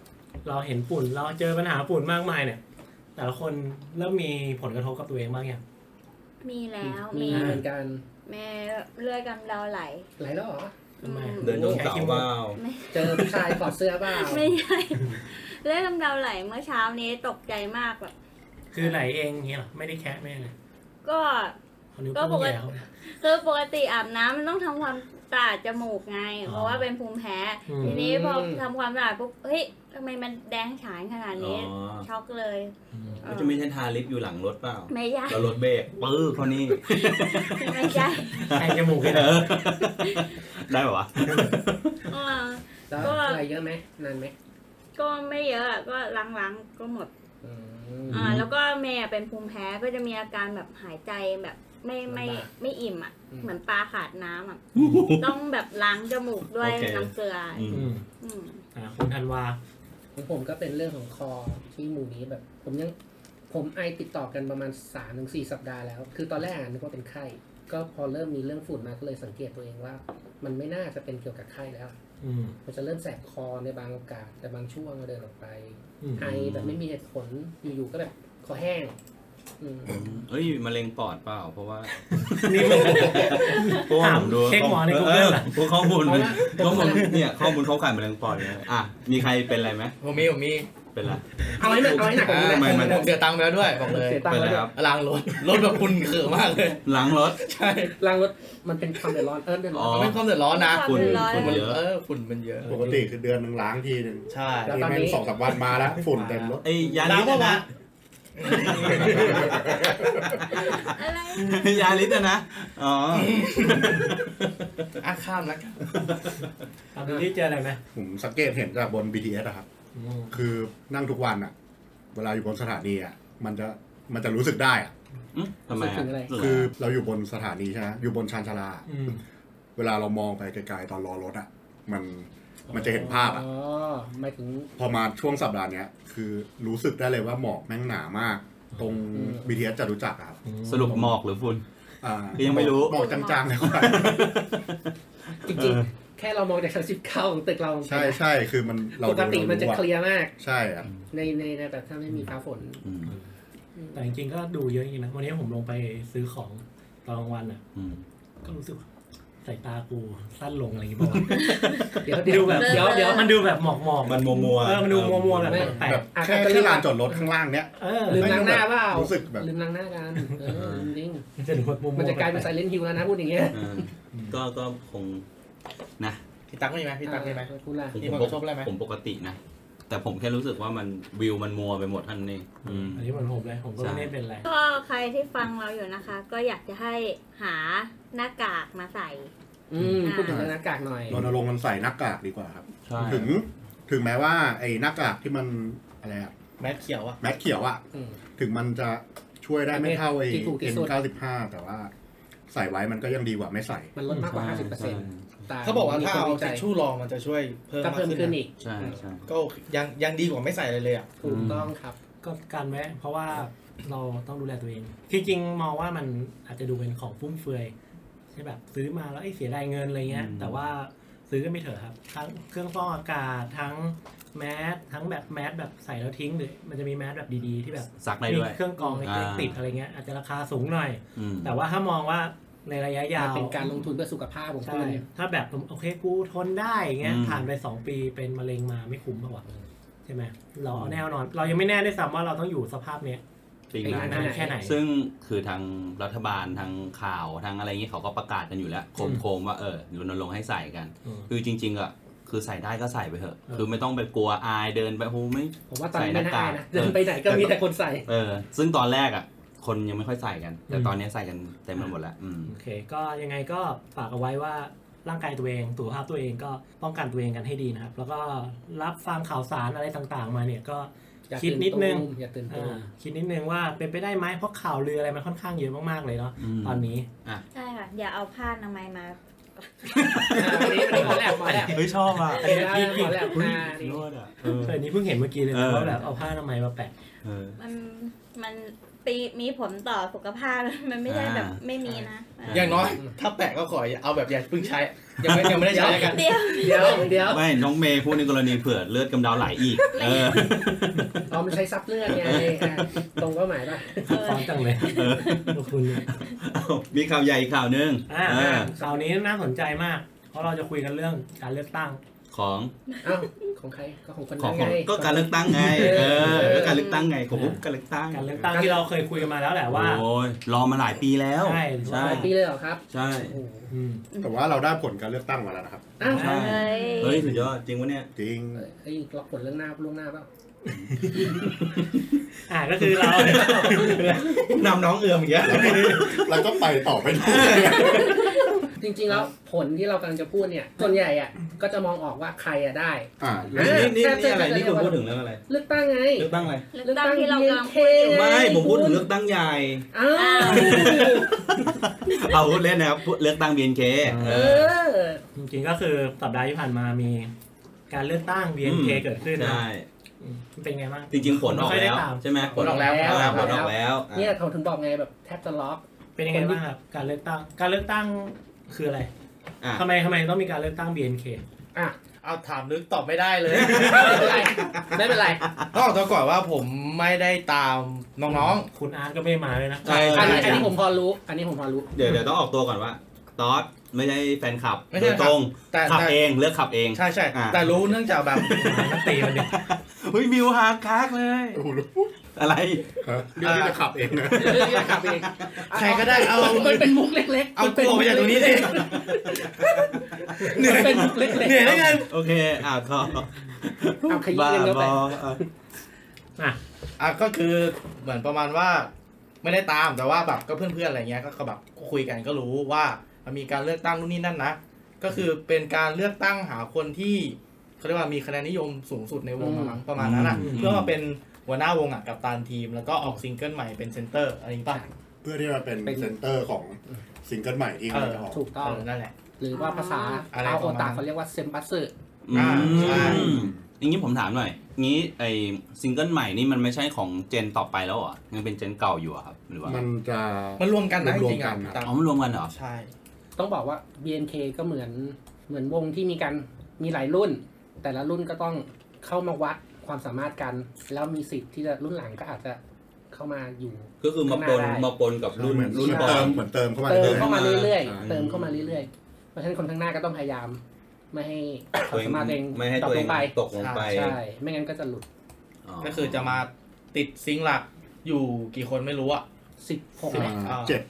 Speaker 1: เราเห็นฝุ่นเราเจอปัญหาฝุ่นมากมายเนี่ย แต่ละคนเริ่มมีผลกระทบกับตัวเองบ้างยัง
Speaker 5: มีแล้ว
Speaker 3: มี
Speaker 5: มี
Speaker 3: เหมือนกัน
Speaker 5: แม่เลือดกำเดาไหล
Speaker 1: *laughs*
Speaker 3: หลายรอบเหรอ
Speaker 1: ทำไม
Speaker 5: อืม
Speaker 2: เดินโดนเสาเปล่า
Speaker 3: เจอผู้ชายถอดเสื้อบ้าง
Speaker 5: ไม่ใช่เรื่องน้ำดาวไหลเมื่อเช้านี้ตกใจมากแบบ
Speaker 1: คือไหลเองเงี้ยเหรอไม่ได้แคะแม่เลย
Speaker 5: ก็
Speaker 1: เอานิ้ว
Speaker 5: ก็
Speaker 1: โป้ง
Speaker 5: ปกติ
Speaker 1: แย่เขา
Speaker 5: คือปกติอาบน้ำมันต้องทำความสะอาดจมูกไง
Speaker 1: อ๋อ
Speaker 5: เพราะว่าเป็นภูมิแพ้
Speaker 1: อืม
Speaker 5: ทีนี้พอทำความสะอาดปุ๊บเฮ้ยทำไมมันแดงฉานขนาด
Speaker 2: อ๋อ
Speaker 5: นี้ ช็อกเลย
Speaker 1: อืม
Speaker 5: เอ
Speaker 2: ก็
Speaker 5: อ
Speaker 2: จะไม่ใช่ทาลิปอยู่หลังรถเปล่า
Speaker 5: ไม่ใช่ *laughs*
Speaker 2: แล้วรถเบรกปื้อเขานี่
Speaker 5: ไม่
Speaker 1: *laughs*
Speaker 5: ใช่
Speaker 1: แคะจมูกให้
Speaker 2: เอ
Speaker 1: เออ
Speaker 2: อได้ปะวะ
Speaker 5: เออ
Speaker 3: แล้ว
Speaker 5: ก็
Speaker 3: อะไรเยอะไหมนานไหม
Speaker 5: ก็ไม่เยอะก็ล้างๆก็หมด
Speaker 3: อืม
Speaker 5: อ่าแล้วก็เมย์อะเป็นภูมิแพ้ก็จะมีอาการแบบหายใจแบบไม่ไม่
Speaker 3: ลำบาก
Speaker 5: ไม่อิ่มอ่ะ
Speaker 3: อืม
Speaker 5: เหมือนปลาขาดน้ำ *laughs* อ่ะ ต้องแบบล้างจมูกด้วยน้ำเกลือ
Speaker 2: อืม
Speaker 1: อืม
Speaker 5: อืม
Speaker 1: อ่าคุณธันวา
Speaker 3: ของผมก็เป็นเรื่องของคอที่หมู่นี้แบบ ผมยังผมไอติดต่อกันประมาณสามถึงสี่สัปดาห์แล้ว คือตอนแรกอะนึกว่าเป็นไข้ ก็พอเริ่มมีเรื่องฝุ่นมาก็เลยสังเกตตัวเองว่า มันไม่น่าจะเป็นเกี่ยวกับไข้แล้ว
Speaker 1: อืม
Speaker 3: มันจะเริ่มแสบคอในบางโอกาส แต่บางช่วงก็เดินออกไป
Speaker 1: อืม
Speaker 3: ไอแบบไม่มีเหตุผลอยู่ๆก็แบบคอแห้งอืม
Speaker 2: เอ้ยมะเร็งปอดเปล่า เพราะว่า
Speaker 1: นี่มัน
Speaker 2: เพราะว่าผมดู
Speaker 1: ถามเช็คหมอใน Google
Speaker 2: เออ
Speaker 1: เหรอ
Speaker 2: พวกข้อมูล
Speaker 3: เพราะ
Speaker 2: ข้อ
Speaker 3: ว่า
Speaker 2: มูลเนี่ยข้อมูลเขาขายมะเร็งปอดเนี่ยอ่ะมีใครเป็นอะไรไหม
Speaker 6: ผมมีผมมี
Speaker 2: เป็นอะไร
Speaker 3: เอาให้หนักเอาให้หนักกว่านี้
Speaker 2: ทำไม
Speaker 3: นะ
Speaker 2: มัน
Speaker 6: ผมเสียตังค์ไปแล้วด้วยบอกเลย
Speaker 3: เสียตังค์แล้
Speaker 2: ไป
Speaker 3: ว
Speaker 2: แล้ว
Speaker 3: เนี่ย
Speaker 6: ล้างรถ *laughs* รถแบบคุณเขือะมากเลย
Speaker 2: หลังรถ
Speaker 6: ใช่
Speaker 3: รางรถมันเป็นความเดือดร้อนเออเดือดร้
Speaker 2: อ๋
Speaker 3: อ
Speaker 2: อ
Speaker 3: น
Speaker 6: เป็นความเดือดร้อนนะ
Speaker 5: ความ
Speaker 2: ฝุ่น
Speaker 5: เดือดร้อน
Speaker 2: ฝุ่น
Speaker 6: มัน
Speaker 2: เยอะ
Speaker 6: เออฝุ่นมันเยอะ
Speaker 4: ปกติคือเดือนหนึ่งล้างทีหนึ่ง
Speaker 6: ใช่
Speaker 3: แล้วตอน
Speaker 4: นี่
Speaker 3: นี้
Speaker 4: แม่งสองสามวันมาแล้วฝุ่นเต็มรถ
Speaker 2: ไอ้ยา
Speaker 6: ล้า
Speaker 2: ลิ
Speaker 6: ง
Speaker 2: ส
Speaker 6: เมื่อ
Speaker 2: อะนะ
Speaker 6: วาน
Speaker 5: อะไร
Speaker 2: ยาลิสอะนะอ๋อ
Speaker 6: อ่ะข้ามแล้วกัน
Speaker 1: ตอนที่เจออะไรไหม
Speaker 4: ผมสังเกตเห็นจากบน BTS อะครับ
Speaker 1: อืม
Speaker 4: คือนั่งทุกวันอะเวลาอยู่บนสถานีอะมันจะมันจะรู้สึกได้อะ
Speaker 2: อืมทำไม
Speaker 3: พูดถึงอะไร
Speaker 4: คือเราอยู่บนสถานีใช่ไหมอยู่บนชานชาลา
Speaker 1: อืม
Speaker 4: เวลาเรามองไปไกลๆตอนรอรถอะมันมันจะเห็นภาพอะ
Speaker 3: อ๋อหมายถึง
Speaker 4: พอมาช่วงสัปดาห์เนี้ย คือรู้สึกได้เลยว่าหมอกแม่งหนามาก ตรง
Speaker 3: อืม
Speaker 4: BTS จตุจักรอะครับ
Speaker 1: อืม
Speaker 2: สรุปหมอกหรือฝุ่น
Speaker 4: อ่า
Speaker 2: คือยังไม่รู้
Speaker 4: หมอกจางๆเลย
Speaker 3: จริงๆ แค่เรามองจากชั้นสิบเก้าของตึกเรา
Speaker 4: ใช่ใช่คือมันเรา
Speaker 3: ปกติมันจะเคลียร์มาก
Speaker 4: ใช่อะ
Speaker 3: ในในในแบบถ้าไม่มีฟ้าฝน
Speaker 2: อืม
Speaker 1: แต่จริงๆก็ดูเยอะจริงนะวันนี้ผมลงไปซื้อของตอนกลางวันอ่ะ
Speaker 2: อืม
Speaker 1: ก็รู้สึกว่าสายตากูสั้นลงอะไรอย่างเงี้ยบอก
Speaker 3: เดี๋ยวเดี๋ยว
Speaker 1: ดูแบบ
Speaker 3: เดี๋ยวเดี๋ยว
Speaker 1: มันดูแบบหมอกหมอกๆ
Speaker 2: มันมัวมัวๆ
Speaker 1: เออมันดูมัวมัวๆแบบ
Speaker 3: ไม่
Speaker 1: แปล
Speaker 4: แบ
Speaker 1: ก
Speaker 4: บ
Speaker 3: อ่ะ
Speaker 4: แค่
Speaker 3: ก็รี
Speaker 4: แค่
Speaker 3: บ
Speaker 4: ลานจอดรถข้างล่างเนี้ย
Speaker 1: ๆเออ
Speaker 3: ลืมล้างหน้าเปล่า
Speaker 4: รู้สึกแบบ
Speaker 3: ลืมล้างหน้ากันเออจริง
Speaker 1: มันจะดูแบบมัว
Speaker 3: ๆ
Speaker 1: ๆ
Speaker 3: มันจะกลายเป็นไซ
Speaker 1: แปๆ
Speaker 3: เลนฮิวแล้วนะพูดอย่างเงี้ย
Speaker 2: เออก็ก็คงนะ
Speaker 6: พี่ตั๊กมีไหมพี่ตั๊กมีไหม
Speaker 3: เออคุณล่ะ
Speaker 2: ผม
Speaker 6: มีผลกระทบอะไรไหม
Speaker 2: ผมปกตินะ แต่ผมแค่รู้สึกว่ามันวิวมันมัวไปหมดท่านนี่อืม
Speaker 1: อันนี้เหมันผมเลยผมก็ไม่ได้เป็นอะไร
Speaker 5: ก็ใครที่ฟังเราอยู่นะคะ ก็อยากจะให้หาหน้ากากมาใส่
Speaker 3: อืมพูดถึงเรื่องหน้ากากหน่อย
Speaker 4: รณรงค์กันใส่หน้ากากดีกว่าครับ
Speaker 2: ใช่
Speaker 4: ถึงถึงแม้ว่าไอ้หน้ากากที่มันอะไรอะ
Speaker 6: แมสเขียวอะ
Speaker 4: แมสเขียวอะ
Speaker 3: อืม
Speaker 4: ถึงมันจะช่วยได้ไม่เท่าไอ้
Speaker 3: ที่ถูกที่สุด
Speaker 4: N95 แต่ว่าใส่ไว้มันก็ยังดีกว่าไม่ใส่
Speaker 3: มันลดมากกว่า 50%
Speaker 2: ใช่
Speaker 3: ตม
Speaker 6: เขาบอกว่าถ้าเอา
Speaker 3: ที่คนวิจั
Speaker 6: ทิช
Speaker 3: ย
Speaker 6: ชู่รองมันจะช่วยเพิ่ม
Speaker 3: ก็
Speaker 6: มาก
Speaker 3: เพิ่ม
Speaker 6: ขึ้
Speaker 3: ขึ้
Speaker 6: น
Speaker 3: น
Speaker 6: นะ
Speaker 3: อีก
Speaker 2: ใช่ใช่
Speaker 6: ก็ยังยังดีกว่าไม่ใส่เลยเลยอะ
Speaker 3: ถูกต้องครับ
Speaker 1: ก็การแวะเพราะว่าเราต้องดูแลตัวเอง ที่จริงมองว่ามันอาจจะดูเป็นของฟุ่มเฟือยใช่แบบซื้อมาแล้วเอ้ยเสียดายเงินอะไรเงี้ย แต่ว่าซื้อก็ไม่เถอะครับ ทั้งเครื่องฟอกอากาศทั้งแมสทั้งแบบแมสแบบใส่แล้วทิ้งหรือมันจะมีแมสแบบดีๆที่แบบ
Speaker 2: ซักได้
Speaker 1: มี
Speaker 2: ด้วย
Speaker 1: เครื่องกรองเล็ก
Speaker 2: อ่า
Speaker 1: ๆติดอะไรเงี้ยอาจจะราคาสูงหน่อย
Speaker 2: อืม
Speaker 1: แต่ว่าถ้ามองว่าในระยะยา
Speaker 3: มัน
Speaker 1: ว
Speaker 3: เป็นการลงทุนเพื่อสุขภาพของ
Speaker 1: ใช่
Speaker 3: คุณเนี่ย
Speaker 1: ถ้าแบบโอเคกูทนได้อย่างเงี้ย
Speaker 2: อืม
Speaker 1: ผ่านไปสองปีเป็นมะเร็งมาไม่คุ้มปะวะใช่ไหมเราเอาแน่นอน เรายังไม่แน่ด้วยซ้ำว่าเราต้องอยู่สภาพเนี้ย
Speaker 2: จริง
Speaker 1: อีก
Speaker 2: นะ
Speaker 1: นานแค่ไหน
Speaker 2: ซึ่งคือทางรัฐบาลทางข่าวทางอะไรเงี้ยเขาก็ประกาศกันอยู่แล้ว
Speaker 1: อืม
Speaker 2: โคมๆว่าเออรณรงค์ให้ใส่กัน
Speaker 1: อืม
Speaker 2: คือจริง ๆอะคือใส่ได้ก็ใส่ไปเถอะ
Speaker 1: เออ
Speaker 2: คือไม่ต้องไปกลัวอายเดินไปโอ้โหไม่
Speaker 3: ผมว่าตอนนี้
Speaker 2: ใส่
Speaker 3: ไม่
Speaker 2: หน้า
Speaker 3: น่าอาย
Speaker 2: กาก
Speaker 3: นะเดินไปไหนก็มีแต่คนใส่
Speaker 2: เออ ซึ่งตอนแรกอะคนยังไม่ค่อยใส่กัน แต่ตอนนี้ใส่กันเต็มไปหมดแล้วอืม
Speaker 1: โอเค ก็ยังไงก็ฝากเอาไว้ว่าร่างกายตัวเองสุขภาพตัวเองก็ป้องกันตัวเองกันให้ดีนะครับ แล้วก็รับฟังข่าวสารอะไรต่างๆ มาเนี่ยก็
Speaker 3: อย่า
Speaker 1: คิด
Speaker 3: ตื่
Speaker 1: นิดนึง
Speaker 3: ตูมอย่าตื่นตู
Speaker 1: อ่าม คิดนิดนึงว่าเป็นไปได้ไหมเพราะข่าวลืออะไรมันค่อนข้างเยอะมากๆเลยเนาะ
Speaker 2: อืม
Speaker 1: ตอนนี้
Speaker 5: ใช่ค่ะ อย่าเอาผ้าอนามัยมา
Speaker 3: อันนี้หมอแหลบหมอแหลบ
Speaker 2: เฮ้ยชอบอ่ะ
Speaker 3: อันนี้หมอแหลบมานี่
Speaker 2: นวดอ่ะเออ
Speaker 1: เออนี่เพิ่งเห็นเมื่อกี้เลย
Speaker 2: เอ
Speaker 1: นะ
Speaker 2: อ
Speaker 1: ว่าแบบเอาผ้าอนามัยมาแปะ
Speaker 2: เออ
Speaker 5: มันมันปีมีผลต่อสุขภาพ *laughs* มันไม่ได้แบบ
Speaker 2: อ่า
Speaker 5: ไม่มีนะ
Speaker 2: อ่ะ
Speaker 6: อย่างน้อย *laughs* ถ้าแปะก็ขออย่าเอาแบบอย่าเพิ่งใช้ ยังไม่ยังไม่ได้ใช้แล้วกัน
Speaker 5: เดียว
Speaker 3: เดี๋ยวเดี๋ยว
Speaker 2: ไม่น้องเมย์พูดในกรณีเผื่อเลือดกำเดาไหลอีก เออ
Speaker 3: อ๋อมันใช้ซับเลือดไงอ่ะตรงเป้าหมายป่ะ
Speaker 1: ฟอนจังเลยขอบคุณเนี่ย
Speaker 2: เอ้ามีข่าวใหญ่อีกข่าวหนึง
Speaker 1: อ่า
Speaker 2: เออ
Speaker 1: ข่าวนี้น่าสนใจมาก เพราะเราจะคุยกันเรื่องการเลือกตั้ง
Speaker 2: ของ
Speaker 3: เอ้าของใครก็ของคน
Speaker 2: ขอ
Speaker 3: นั้
Speaker 2: ง
Speaker 3: น
Speaker 2: ของ
Speaker 3: ไง
Speaker 2: ก็การเลือกตั้งไง เออ
Speaker 3: เออ
Speaker 2: ก็การเลือกตั้งไงของผมการเลือกตั้ง
Speaker 1: การเลือกตั้งที่เราเคยคุยกันมาแล้วแหละว่า
Speaker 2: โอ้ยรอมาหลายปีแล้ว
Speaker 1: ใช่
Speaker 2: ใช่
Speaker 3: หลายปีเลยเหรอครับ
Speaker 2: ใช่
Speaker 3: โอ้โห
Speaker 1: อืม
Speaker 4: แต่ว่าเราได้ผลการเลือกตั้งมาแล้วนะครับ
Speaker 3: อ้าว
Speaker 2: ใช่
Speaker 5: เฮ้ย
Speaker 2: เฮ้ยสุดยอดจริงวะเนี่ย
Speaker 4: จริง
Speaker 3: เอ้ยเอ้ยล็อกผลเรื่องหน้าล่วงหน้าเปล่า
Speaker 1: อ่าก็คือเรา
Speaker 2: *laughs* นำน้องเอือมอย่างเงี้ย
Speaker 4: เราก็ไปต่อไม่ได้
Speaker 3: จริง ๆ แล้วผลที่เรากำลังจะพูดเนี่ยส่วนใหญ่อ่ะก็จะมองออกว่าใครอ่ะได้
Speaker 4: อ่า
Speaker 2: นี่นี่นี่อะไรนี่คุณพูดถึงเรื่องอะไร
Speaker 3: เลือกตั้งไง
Speaker 2: เลือกตั้งอะไร
Speaker 5: เลือกตั้งที่เรากำลังพูดอยู่
Speaker 3: เอ้ย
Speaker 2: ไม่ผมพูดถึงเลือกตั้งใหญ่
Speaker 3: อ้าว
Speaker 2: *laughs* เอาพูดเล่นนะครับพูดเลือกตั้ง BNK *laughs* เอ
Speaker 3: เอ
Speaker 2: อ
Speaker 3: อ
Speaker 1: จริงๆก็คือสัปดาห์ที่ผ่านมามีการเลือกตั้ง BNK
Speaker 2: อืม
Speaker 1: เกิดขึ้นนะ
Speaker 2: ใช่
Speaker 1: อืมเป็นไงบ้าง
Speaker 2: จริงๆผลออก
Speaker 1: ไม่ค่
Speaker 2: แล้ว
Speaker 1: อยได้ตาม
Speaker 2: ใช่ไหม
Speaker 3: ผลออกแล้ว
Speaker 2: าผลออกแล้วอ่ะ
Speaker 3: เนี่ยเขาถึงบอกไงแบบแทบจะล็อก
Speaker 1: เป็นยังไงบ้างครับ การเลือกตั้ง การเลือกตั้งคืออะไร
Speaker 2: อ่ะ
Speaker 1: ทำไมทำไมต้องมีการเลือกตั้ง BNK
Speaker 3: อ่ะ
Speaker 6: เอาถามนึกตอบไม่ได้เลย
Speaker 3: ไม่เป็นไรไม่เป็นไร
Speaker 6: ต้องบอกตัว *laughs* ก่อนว่าผมไม่ได้ตามน้อง
Speaker 1: คุณอาร์ตก็ไม่มาเลยนะ
Speaker 2: ใช่
Speaker 3: อั
Speaker 2: ใช่
Speaker 3: นนี้อัน
Speaker 2: ใช่
Speaker 3: นี้ผมพอรู้ อันนี้ผมพอรู้
Speaker 2: เดี๋ยวเดี๋ยวต้องออกตัวก่อนว่าตอสไม่ได้แฟนคลับ
Speaker 6: ไม่
Speaker 2: โด
Speaker 6: ใช่
Speaker 2: ยตรง
Speaker 6: ครับแต่
Speaker 2: ขับ
Speaker 6: แต่
Speaker 2: เองเลือกขับเอง
Speaker 6: ใช่ใช่
Speaker 2: อ่า
Speaker 6: แต่รู้เนื่องจากแบบ
Speaker 1: นักตีมัน
Speaker 2: *laughs*
Speaker 1: เนี่ย
Speaker 2: เฮ้ยบิวฮาร์ดคักเลย
Speaker 4: โอ้โห
Speaker 2: อะไร
Speaker 4: เรื่องที่จะขับเองนะ
Speaker 3: เรื่องนี้นะครับเอง
Speaker 6: ใครก็ได้เอา
Speaker 3: มันเป็นมุกเล็กๆ
Speaker 6: เอาตัวออกไปจากตรงนี้ดิเหนื่อย
Speaker 3: มันเป็นมุกเล็กๆ
Speaker 6: เหนื่อยได้ไง
Speaker 2: โอเค อ่ะก็
Speaker 3: เอาขยี้
Speaker 2: บ้า
Speaker 3: เรื่องเข้า
Speaker 2: บ
Speaker 3: ไป
Speaker 2: ออ่ะ
Speaker 1: อ่ะ
Speaker 6: อ่ะก็คือเหมือนประมาณว่า ไม่ได้ตามแต่ว่าแบบก็เพื่อนๆอะไรเงี้ยก็ก็แบบคุยกันก็รู้ว่ามันมีการเลือกตั้งนู่นนี่นั่นนะก็คือเป็นการเลือกตั้งหาคนที่เขาเรียกว่ามีคะแนนนิยมสูงสุดในวงมั้งประมาณนั้นอ่ะเพื่อมาเป็นหัวหน้าวงอ่ะกับตานทีม แล้วก็ออกซิงเกิลใหม่เป็นเซนเตอร์อะไรอย่างเงี้ยป่ะ
Speaker 4: เพื่อที่จะเป็นเซนเตอร์ของซิงเกิลใหม่ที่
Speaker 6: เอกอง
Speaker 4: ำลัจะออก
Speaker 3: ถูกต้อง
Speaker 6: เออนั่นแหละ
Speaker 3: หรือว่าภาษา
Speaker 6: อะไร
Speaker 3: เอาโอ
Speaker 6: ประมา
Speaker 3: ตา
Speaker 6: ณ
Speaker 3: เขาเรียกว่าเซมบัสเซอร์
Speaker 2: อื
Speaker 6: อ่าใช่
Speaker 2: มอย่างนี้ผมถามหน่อยงี้ไอซิงเกิลใหม่นี่มันไม่ใช่ของเจนต่อไปแล้วเหรอยังเป็นเจนเก่าอยู่เหรอครับหรือว่า
Speaker 4: มันจะ
Speaker 6: มันรวมกันนะจ
Speaker 4: มันรวม
Speaker 6: ริงๆ
Speaker 4: กั
Speaker 6: อ่ะ
Speaker 4: นนะ
Speaker 6: ตาม
Speaker 2: อ๋อมันรวมกันเหรอ
Speaker 6: ใช่
Speaker 3: ต้องบอกว่า BNK ก็เหมือนเหมือนวงที่มีกันมีหลายรุ่น แต่ละรุ่นก็ต้องเข้ามาวัดความสามารถกัน แล้วมีสิทธิ์ที่จะรุ่นหลังก็อาจจะเข้ามาอยู่
Speaker 2: ก็คือมาปน
Speaker 3: ข้างหน้าได้
Speaker 2: มาปนกับรุ่น
Speaker 4: เหมือน
Speaker 2: รุ่น
Speaker 4: เหมือน
Speaker 2: ก่อ
Speaker 4: เติ
Speaker 2: น
Speaker 4: มเหมือนเติมเข้ามา
Speaker 3: เติ
Speaker 4: เรื่
Speaker 3: ม
Speaker 4: อย
Speaker 3: เข้ามาเรื่อย
Speaker 2: อ่า
Speaker 3: ๆ เติมเข้ามาเรื่อยๆ เพราะฉะนั้นคนข้างหน้าก็ต้องพยายาม ไม่ให้ความสามารถตัวเอง
Speaker 2: ไม่ให้
Speaker 3: ดรอ
Speaker 2: ตัวเอ
Speaker 3: ปล
Speaker 2: ง
Speaker 3: งไป
Speaker 2: ตกลงไป
Speaker 3: ใช่ ไม่งั้นก็จะหลุด
Speaker 6: ก็คือจะมาติดซิงค์หลักอยู่กี่คนไม่รู้อ่ะ
Speaker 3: 16
Speaker 4: ๆ
Speaker 3: แหละ
Speaker 4: อ่าเจ็ด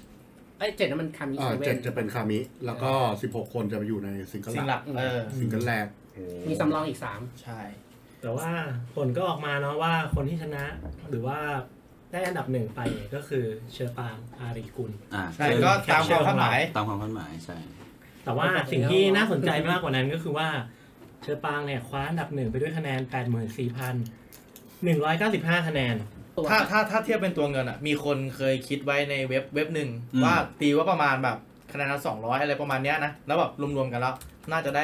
Speaker 3: ไอ้ยเจ็ดนั้นมันคามิ
Speaker 4: อ่า
Speaker 3: เซเว่
Speaker 4: เจ็ด
Speaker 3: น
Speaker 4: จะเป็นคามิ แล้วก็สิบหกคนจะอยู่ในซิงเกิล
Speaker 6: ซิงค์
Speaker 4: ห
Speaker 6: ห
Speaker 4: ลั
Speaker 6: ลั
Speaker 4: ก
Speaker 6: กเออ
Speaker 4: ซิงเกิลแรก
Speaker 3: มีสำรองอีกสาม
Speaker 6: ใช่
Speaker 1: แต่ว่าผลก็ออกมาเนาะว่าคนที่ชนะหรือว่าได้อันดับหนึ่งไปเนี่ยก็คือเชอปางอาริกุล
Speaker 2: อ่า
Speaker 6: ใช่ก็ตามความคาดหมาย
Speaker 2: ตามความคาดหมายใช่
Speaker 1: แต่ว่าสิ่งที่น่าสนใจมากกว่านั้นก็คือว่าเชอปางเนี่ยคว้าอันดับหนึ่งไปด้วยคะแนน 84,195 คะแนน
Speaker 3: ตัว
Speaker 6: ถ้าถ้าถ้าเทียบเป็นตัวเงินอ่ะ มีคนเคยคิดไว้ในเว็บเว็บหนึ่ง
Speaker 2: อืม
Speaker 6: ว่าตีว่าประมาณแบบคะแนนละสองร้อยอะไรประมาณเนี้ยนะ แล้วแบบรวมๆกันแล้ว น่าจะได้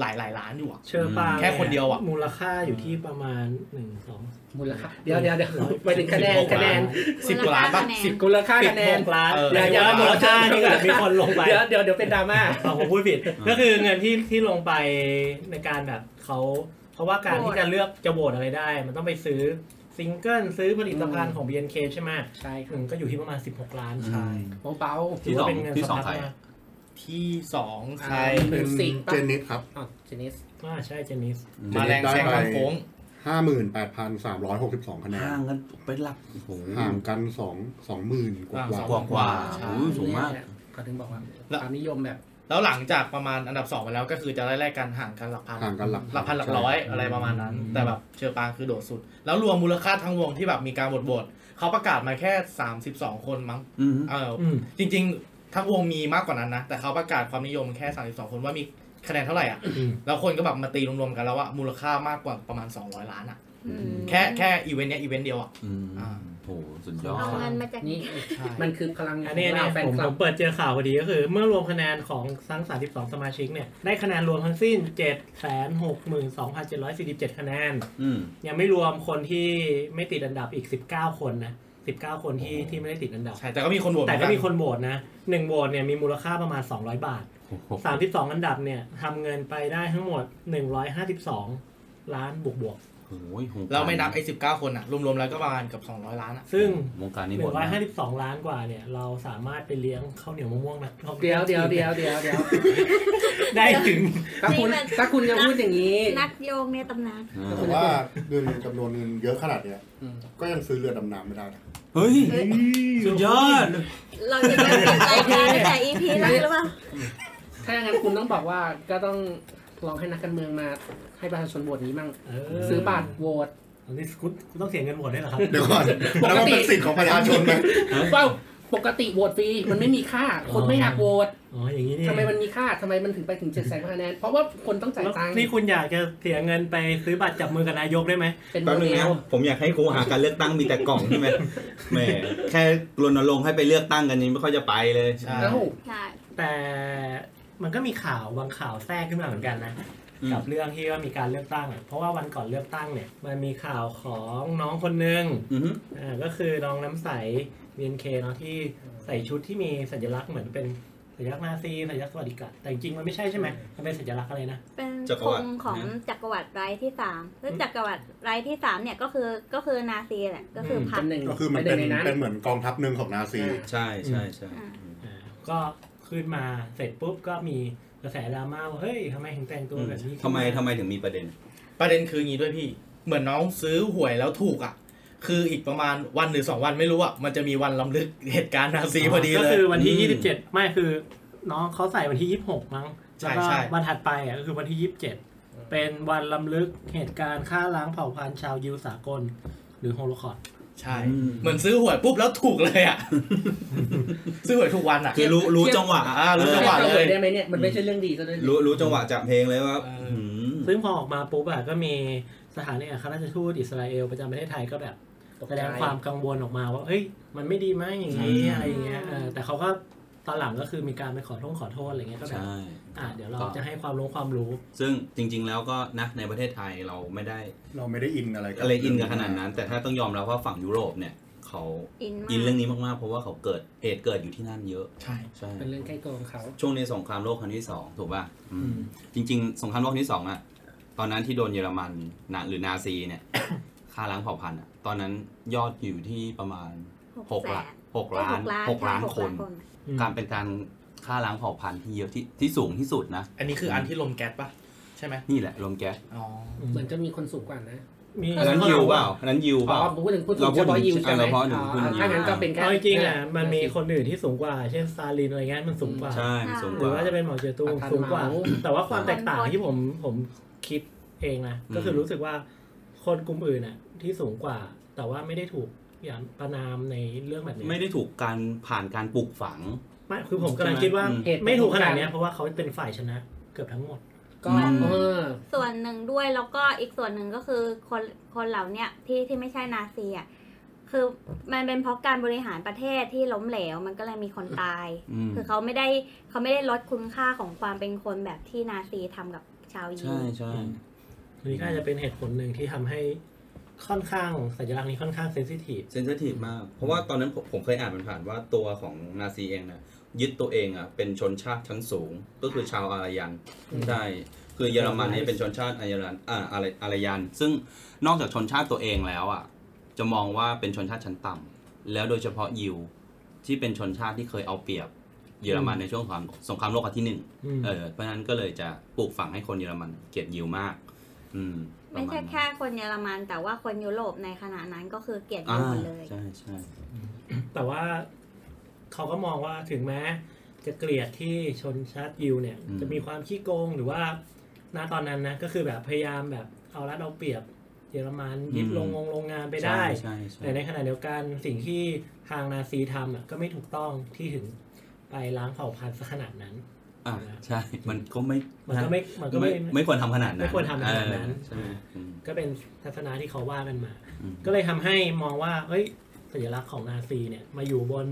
Speaker 6: หลายหลายล้านอยู่อ่ะ
Speaker 1: เชอปาง
Speaker 6: แค่คนเดียวอะ
Speaker 1: มูลค่าอยู่ที่ประมาณหนึ่งสอง
Speaker 3: มูลค่าเดี๋ยวเดี๋ยวเดี๋ยวไปถึงคะแนน
Speaker 1: 16
Speaker 3: คะแนน
Speaker 6: สิบกว่าล้านป่ะ
Speaker 5: คะแนน
Speaker 6: สิบ
Speaker 3: มูลค่าคะแน
Speaker 1: ห
Speaker 3: น
Speaker 1: กล้าน
Speaker 6: เออ
Speaker 1: แต่ว่ามูลค่านี่ก็มีคนลงไป
Speaker 3: เดี๋ยวเดี๋ยวเดี๋ยวเป็นดราม่า
Speaker 1: เอาผมพูดผิด ก็คือเงินที่ที่ลงไปในการแบบเขาเพราะว่าการ
Speaker 5: โหวต
Speaker 1: ที่จะเลือกจะโหวตอะไรได้ มันต้องไปซื้อซิงเกิลซื้อผลิตภัณฑ์ของ BNK ใช่ไหม
Speaker 3: ใช่ค
Speaker 1: อื
Speaker 3: รับ
Speaker 1: มก็อยู่ที่ประมาณ 16 ล้าน
Speaker 2: ใช่
Speaker 3: เบาๆ
Speaker 1: ถือว่าเป็นเงิน
Speaker 2: ที่
Speaker 1: สะ
Speaker 2: สอง
Speaker 1: พัด
Speaker 2: ใคร
Speaker 1: มาก
Speaker 6: ที่สองใคร
Speaker 4: เป็นเจนนิสครับ
Speaker 3: อ๋อเจนิส
Speaker 1: อ่าใช่เจนิส
Speaker 6: มาแรงแซงทางโค้ง
Speaker 4: ห้าหมื่นแปดพันสามร้อยหกสิบสองคะแนน
Speaker 2: ห่างกันไปหลักโอ้โห
Speaker 4: ห่างกันสองสองหมื่นกว่า
Speaker 2: สองหมื่น กว่า
Speaker 3: ใช่
Speaker 2: โอ้ยสูงมาก
Speaker 3: เขาถึงบอกว่าความนิยมแบบ
Speaker 6: แล้วหลังจากประมาณอันดับสองไปแล้วก็คือจะไล่ๆกันห่างกันหลักพัน
Speaker 4: ห่างกันหลัก
Speaker 6: หลักพันหลักร้อยอะไรประมาณนั้น แต่แบบเชอปางคือโดดสุด แล้วรวมมูลค่าทั้งวงที่แบบมีการบทบทเขาประกาศมาแค่ 32 คนมั้ง
Speaker 2: อืม
Speaker 6: เอออ
Speaker 1: ม
Speaker 6: จริง ๆ ทั้งวงมีมากกว่านั้นนะ แต่เขาประกาศความนิยมแค่ 32 คนว่ามีคะแนนเท่าไหร่อ่ะแล้วคนก็แบบมาตีรวมๆกันแล้วว่ามูลค่ามากกว่าประมาณ 200 ล้านอ่ะ
Speaker 5: อืม
Speaker 6: แค่แค่อีเวนต์เนี้ยอีเวนต์เดียวอ่ะ
Speaker 2: อืม
Speaker 6: อ่า
Speaker 2: โอ้โหสุดยอด
Speaker 5: เอาเงินมาจาก
Speaker 3: นี่
Speaker 6: ใช่
Speaker 3: มันคือพลัง
Speaker 1: อันนี้
Speaker 3: ขง
Speaker 1: เนี่
Speaker 3: เรา
Speaker 1: ย
Speaker 3: แฟน
Speaker 1: ผม
Speaker 3: ค
Speaker 1: ผ
Speaker 3: ลับ
Speaker 1: มเปิดเจอข่าวพอดีก็คือ เมื่อรวมคะแนนของทั้ง 32 สมาชิกเนี่ย ได้คะแนนรวมทั้งสิ้น 762,747 คะแนน
Speaker 2: อืม
Speaker 1: ยังไม่รวมคนที่ไม่ติดอันดับอีก 19 คนนะ 19 คนที่
Speaker 2: โอ้
Speaker 1: ที่ไม่ได้ติดอันดับ
Speaker 6: ใช่แต่ก็มีคนโหวต
Speaker 1: แต่
Speaker 6: เห
Speaker 1: ก็
Speaker 6: อนน
Speaker 1: มีคนโหวตนะหนึ่งโหวตเนี่ยมีมูลค่าประมาณ 200 บาท
Speaker 2: โอ้โห
Speaker 1: 32 อันดับเนี่ยทำเงินไปได้ทั้งหมด 152 ล้านบวกบวก
Speaker 2: โอ้ยโห
Speaker 6: เราไม่นับไอ้สิบเก้าคนอ่ะ รวมๆแล้วก็ประมาณเกับสองร้อยล้านอ่ะ
Speaker 1: ซึ่ง
Speaker 2: วงการ
Speaker 1: ห
Speaker 2: นี้หม
Speaker 1: นึ่
Speaker 2: ด
Speaker 1: งร้อยห้าสิบสองล้านกว่าเนี่ย เราสามารถไปเลี้ยงข้าวเหนียวมะม่วงนะ
Speaker 3: เดี๋ยวเดี๋ยวเดี๋ยวเดี๋ยวเดี๋ยว
Speaker 1: ได้ถึง
Speaker 3: ถ้าคุณ
Speaker 5: นี่มัน
Speaker 3: ถ้าคุณจะพูดอย่างนี้
Speaker 5: นักโยงในตำนาน
Speaker 2: เออ
Speaker 4: แต่ว่าเงินจำนวนเงินเยอะขนาดเนี้ย
Speaker 3: อืม
Speaker 4: ก็ยังซื้อเรือดำน้ำไม่ได้นะ
Speaker 2: เฮ้ย
Speaker 5: เฮ้ย
Speaker 2: สุดยอด
Speaker 5: เราจะไม่เป็นรายการตั้งแต่ EP แรกหรือเปล่า
Speaker 3: ถ้าอย่างนั้นคุณต้องบอกว่าก็ต้องลองให้นักการเมืองมา ให้ประชาชนโหวตนี้มั่ง
Speaker 1: เออ
Speaker 3: ซื้อบัตรโหวต
Speaker 1: อันนี้คุณคุณต้องเสียเงินหมดได้วยเหรอครับ
Speaker 4: เดี๋ยวก่อนแล้วมันเป็นสิทธิ์ของประชาชนไหม
Speaker 3: เป้าปกติโหวตฟรีมันไม่มีค่า คนไม่อยากโหวต
Speaker 1: อ๋ออย่างนี้นี่
Speaker 3: ทำไมมันมีค่าทำไมมันถึงไปถึงเจ็ดแสนคะแนนเพราะว่าคนต้องจ่าย
Speaker 1: แล้ว
Speaker 3: ตังค์
Speaker 1: นี่คุณอยากจะเสียเงินไปซื้อบัตรจับมือกับนายกได้ไหม
Speaker 3: เป็นโม
Speaker 2: แป๊บนึง
Speaker 3: เด
Speaker 2: นะ
Speaker 3: ล
Speaker 2: ผมอยากให้ครูหาการเลือกตั้งมีแต่กล่องใช่ไหมแหมแค่รณรงค์ให้ไปเลือกตั้งกันยังไม่ค่อยจะไปเลย
Speaker 6: ใช่
Speaker 3: เอ้า
Speaker 5: ใช่
Speaker 1: แต่มันก็มีข่าวบางข่าวแทรกขึ้นมาเหมือนกันนะ
Speaker 2: อืม
Speaker 1: กับเรื่องที่ว่ามีการเลือกตั้งอะเพราะว่าวันก่อนเลือกตั้งเนี่ย มันมีข่าวของน้องคนหนึ่ง
Speaker 2: อือฮึ
Speaker 1: อ่าก็คือน้องน้ำใส BNK เนาะที่ใส่ชุดที่มีสัญลักษณ์เหมือนเป็นสัญลักษณ์นาซีสัญลักษณ์สวัสดิการแต่จริงๆมันไม่ใช่ใช่ไหมมันเป็นสัญลักษณ์อะไรนะ
Speaker 5: เป็นธงของจักรวรรดิไร้ที่สามแล้วจักรวรรดิไร้ที่สามเนี่ยก็คือก็คือนาซีแหละ ก็คือพรรค
Speaker 3: จำหนึ่ง
Speaker 4: ก็คือมัน
Speaker 3: ห
Speaker 4: เป็น
Speaker 3: งในนั้น
Speaker 4: เป็นเหมือนกองทัพหนึ่งของนาซี
Speaker 2: ใช่ใช่ใช่
Speaker 5: อ่า
Speaker 2: อืม
Speaker 1: อ่าก็ขึ้นมาเสร็จปุ๊บก็มีกระแสดราม่าว่าเฮ้ยทำไมถึงแต่งตัวแบบนี้
Speaker 2: ทำไม
Speaker 1: ขึ้น
Speaker 2: ทำไมถึงมีประเด็น
Speaker 6: ประเด็นคืออย่างงี้ด้วยพี่ เหมือนน้องซื้อหวยแล้วถูกอ่ะ คืออีกประมาณวันหรือสองวันไม่รู้อ่ะ มันจะมีวันลำลึกเหตุการณ์นาซีพอดี
Speaker 1: ก็
Speaker 6: เลย
Speaker 1: คือวันที่
Speaker 2: อืม
Speaker 1: ยี่สิบเจ็ดไม่คือน้องเขาใส่วันที่ยี่สิบหกมั้ง
Speaker 6: ใช่
Speaker 1: แล้วก็
Speaker 6: ใช่
Speaker 1: วันถัดไปอ่ะก็คือวันที่ยี่สิบเจ็ดเป็นวันลำลึกเหตุการณ์ฆ่าล้างเผ่าพันธุ์ชาวยิวสากล หรือโฮโลคอสต์
Speaker 6: ใช่
Speaker 2: อืม
Speaker 6: เหมือนซื้อหวยปุ๊บแล้วถูกเลยอ่ะ ซื้อหวยทุกวันอ่ะ
Speaker 2: คือรู้รู้
Speaker 3: เทียบ
Speaker 2: จังหวะ
Speaker 6: อ่ารู้
Speaker 2: เออ
Speaker 6: จังหวะเลย
Speaker 3: ได้ไหมเนี่ย มันไม่ใช่เรื่องดีซะด้วย
Speaker 2: รู้รู้จังหวะจากเพลงเลยว่า
Speaker 6: เออ
Speaker 2: หืม
Speaker 1: ซึ่งพอออกมาปุ๊บอะก็มีสถานเอกอัครราชทูตอิสราเอลประจำประเทศไทยก็แบบ
Speaker 3: ตก
Speaker 1: แส
Speaker 3: ใจ
Speaker 1: ดงความกังวลออกมาว่า เฮ้ย มันไม่ดีไหมอย่างนี้อะไรอย่างเงี้ยเออแต่เขาก็ตอนหลังก็คือมีการไปขอโทษขอโทษอะไรเงี้ยก็แบบ
Speaker 2: ใช่
Speaker 1: อ่ะเดี๋ยวเราจะให้ความรู้ความรู้
Speaker 2: ซึ่งจริง ๆ แล้วก็นะในประเทศไทยเราไม่ได้
Speaker 4: เราไม่ได้อินอะไรบ
Speaker 2: อะไรอินกันขนาดนั้น แต่ถ้าต้องยอมรับว่าฝั่งยุโรปเนี่ย เขา
Speaker 5: อินมา
Speaker 2: อินเรื่อง
Speaker 5: ก
Speaker 2: นี้มาก ๆ เพราะว่าเขาเกิดเหตุเกิดอยู่ที่นั่นเยอะ
Speaker 6: ใช่
Speaker 2: ใช่
Speaker 3: เป็นเรื่องใกล้ตัวของเขา
Speaker 2: ช่วงในสงครามโลกครั้งที่สองถูกป่ะอืมจริง ๆ สงครามโลกครั้งที่สองอะตอนนั้นที่โดนเยอรมันนะหรือนาซีเนี่ย *coughs* ฆ่าล้างเผ่าพันธุ์อะตอนนั้นยอดอยู่ที่ประมาณ หก
Speaker 5: แส
Speaker 2: ล้าน
Speaker 5: น
Speaker 2: หกล้านหกล้านคน
Speaker 1: อืม
Speaker 2: การเป็นการฆ่าล้างเผ่าพันธุ์ที่เยอะที่ที่สูงที่สุดนะ
Speaker 6: อันนี้คืออันที่ลมแก๊สปะใช่ไหม
Speaker 2: นี่แหละลมแก๊ส
Speaker 6: อ๋อ
Speaker 3: เหมือนจะมีคนสูงกว่านะ
Speaker 1: มี
Speaker 2: อันนั้นยิวเปล่าอันนั้นยิวเป
Speaker 3: อ๋อ
Speaker 2: ล่า
Speaker 3: ผมพูดถึงพูดถึง
Speaker 2: เราพู
Speaker 3: เฉ
Speaker 2: ดถึง
Speaker 3: พาะยิวใช่ไหม
Speaker 2: เฉพาะหนึ่ง
Speaker 3: อ๋อ
Speaker 2: คน
Speaker 3: ถ้างั้นก็เป็นแค่
Speaker 1: เอาจริงๆอ่ะมันมีคนอื่นที่สูงกว่า เช่นซาลินอะไรเงี้ยมันสูงกว่า
Speaker 2: ใช่มันสูง
Speaker 1: ห
Speaker 2: ก
Speaker 1: รือ
Speaker 2: ว่า
Speaker 1: ว่าจะเป็นหมอเจอตู
Speaker 3: ประธน
Speaker 1: สูงกว่า
Speaker 3: เห
Speaker 1: แต่ว่าความแตกต่างที่ผมผมคิดเองนะ
Speaker 2: อืม
Speaker 1: ก็คือรู้สึกว่าคนกลุ่มอื่นอ่ะที่สูงกว่า แต่ว่าไม่ได้ถูกอย่างประนามในเรื่องแบบนี้
Speaker 2: ไม่ได้ถูกการผ่านการปลูกฝัง
Speaker 1: ไม่คือผมกำลังคิดว่า
Speaker 2: อืม
Speaker 3: เหตุผล
Speaker 1: ไม่ถูกขนาดเนี้ยเพราะว่าเขาเป็นฝ่ายชนะเกือบทั้งหมด
Speaker 3: ก็เออ
Speaker 5: ส่วนหนึ่งด้วยแล้วก็อีกส่วนหนึ่งก็คือคนคนเหล่าเนี้ยที่ที่ไม่ใช่นาซีอ่ะคือมันเป็นเพราะการบริหารประเทศที่ล้มเหลวมันก็เลยมีคนตาย
Speaker 2: อืม
Speaker 5: คือเขาไม่ได้เขาไม่ได้ลดคุณค่าของความเป็นคนแบบที่นาซีทำกับชาวยิ
Speaker 2: ใช่
Speaker 5: ว
Speaker 2: ใช่
Speaker 1: อันนี้ก็อาจจะเป็นเหตุผลหนึ่งที่ทำให้ค่อนข้างสัญลักษณ์นี้ค่อนข้างเซนซิทีฟ
Speaker 2: เซนซิทีฟมาก เพราะว่าตอนนั้นผมผมเคยอ่านมันผ่านว่าตัวของนาซีเองนะยึดตัวเองอ่ะเป็นชนชาติชั้นสูง ก็คือชาวอารยัน
Speaker 3: อืม
Speaker 2: ใช่คือเยอรมันเนี่ยเป็นชนชาติอารยันอ่าอารอารยัน ซึ่งนอกจากชนชาติตัวเองแล้วอ่ะจะมองว่าเป็นชนชาติชั้นต่ำแล้วโดยเฉพาะยิวที่เป็นชนชาติที่เคยเอาเปรียบเยอรมันในช่วงความสงครามโลกครั้งที่หนึ่ง
Speaker 1: อืม
Speaker 2: เออเพราะฉะนั้นก็เลยจะปลูกฝังให้คนเยอรมันเกลียดยิวมาก อืมประ
Speaker 5: ไม่
Speaker 2: มาณ
Speaker 5: ใช่
Speaker 2: นั้น
Speaker 5: แค่คนเยอรมันแต่ว่าคนยุโรปในขณะนั้นก็คือเกลียด
Speaker 2: อ่า
Speaker 5: ยิวหมดเลย
Speaker 2: ใช่ใช่
Speaker 1: แต่ว่าเขาก็มองว่าถึงแม้จะเกลียดที่ชนชาติยิวเนี่ย
Speaker 2: อืม
Speaker 1: จะมีความขี้โกงหรือว่าณตอนนั้นนะ ก็คือแบบพยายามแบบเอารัดเอาเปรียบเยอรมันยึดโรงงงโรงงานไปได้
Speaker 2: ใช่ใช่
Speaker 1: แต่ในขณะเดียวกันสิ่งที่ทางนาซีทำอ่ะก็ไม่ถูกต้องที่ถึงไปล้างเผ่าพันธุ์ซะขนาดนั้น
Speaker 2: อ่ะใช่มันก็ไม่
Speaker 1: มันก็ไม่มันก็
Speaker 2: ไม่
Speaker 1: ไม่
Speaker 2: ไม่ควรทำขนาดนั้น
Speaker 1: ไม่ควรทำขนาดนั้น
Speaker 2: เออใช่ไหมอืม
Speaker 1: ก็เป็นทัศนะที่เขาว่ากันมา
Speaker 2: อืม
Speaker 1: ก็เลยทำให้มองว่า เฮ้ย สัญลักษณ์ของนาซีเนี่ย มาอยู่บน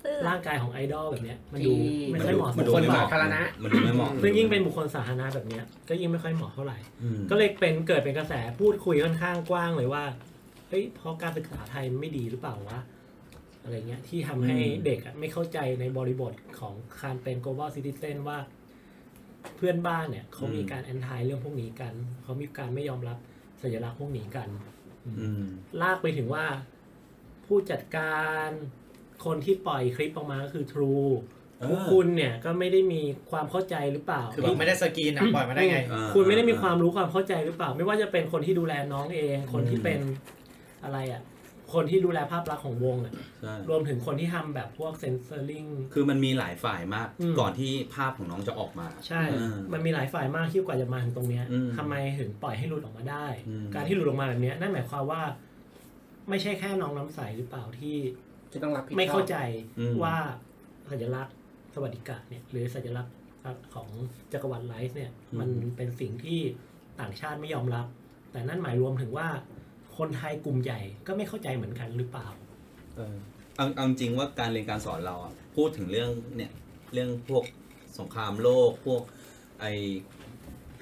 Speaker 5: เสื้อ
Speaker 1: ร่างกายของไอดอลแบบเนี้ย มันดู
Speaker 3: ที่
Speaker 1: ไม่ค่อยเหมาะส
Speaker 2: มั
Speaker 1: ม
Speaker 2: ดู
Speaker 3: คน
Speaker 2: ไม่เหมาะ
Speaker 3: สาธารณะ
Speaker 2: มันดูไม่เหมาะ
Speaker 1: ซึ่งยิ่งเป็นบุคคลสาธารณะแบบเนี้ย ก็ยิ่งไม่ค่อยเหมาะเท่าไหร่
Speaker 2: อืม
Speaker 1: ก็เลยเป็นเกิดเป็นกระแสพูดคุยค่อนข้างกว้างเลยว่า เฮ้ย เพราะการศึกษาไทยไม่ดีหรือเปล่าวะ อะไรเงี้ย ที่ทำให้เด็กอะไม่เข้าใจในบริบทของการเป็น global citizen ว่า เพื่อนบ้านเนี่ยเขามีการแอนทายเรื่องพวกนี้กัน เขามีการไม่ยอมรับ สัญลักษณ์พวกนี้กัน
Speaker 2: อืม
Speaker 1: ลากไปถึงว่าผู้จัดการคนที่ปล่อยคลิปออกมาก็คือ True
Speaker 2: เออ
Speaker 1: พวกคุณเนี่ยก็ไม่ได้มีความเข้าใจหรือเปล่า
Speaker 6: คือแบบไม่ได้สกรีนอะปล่อยมาได้ไง
Speaker 2: อ่า
Speaker 1: คุณไม่ได้มีความรู้ความเข้าใจหรือเปล่า ไม่ว่าจะเป็นคนที่ดูแลน้องเอง คนที่เป็นอะไรอ่ะ คนที่ดูแลภาพลักษณ์ของวงอ่ะ
Speaker 2: ใช่
Speaker 1: รวมถึงคนที่ทำแบบพวกเซนเซอร์ลิง
Speaker 2: คือมันมีหลายฝ่ายมาก
Speaker 1: อืม
Speaker 2: ก่อนที่ภาพของน้องจะออกมา
Speaker 1: ใช่
Speaker 2: อืม
Speaker 1: มันมีหลายฝ่ายมากที่กว่าจะมาถึงตรงเนี้ย
Speaker 2: อืม
Speaker 1: ทำไมถึงปล่อยให้หลุดออกมาได้
Speaker 2: อืม
Speaker 1: การที่หลุดออกมาแบบเนี้ยนั่นหมายความว่า ไม่ใช่แค่น้องน้ำใสหรือเปล่าที่
Speaker 3: จะต้องรับผิดชอบ
Speaker 1: ไม่เข้าใจ
Speaker 2: อืม
Speaker 1: ว่าสัญลักษณ์สวัสดิการเนี่ยหรือสัญลักษณ์ของจักรวรรดิไลฟ์เนี่ยมันเป็นสิ่งที่ต่างชาติไม่ยอมรับ แต่นั่นหมายรวมถึงว่าคนไทยกลุ่มใหญ่ก็ไม่เข้าใจเหมือนกันหรือเปล่า
Speaker 2: เออเอาเอาจริงว่าการเรียนการสอนเราอะพูดถึงเรื่องเนี่ยเรื่องพวกสงครามโลก พวกไอ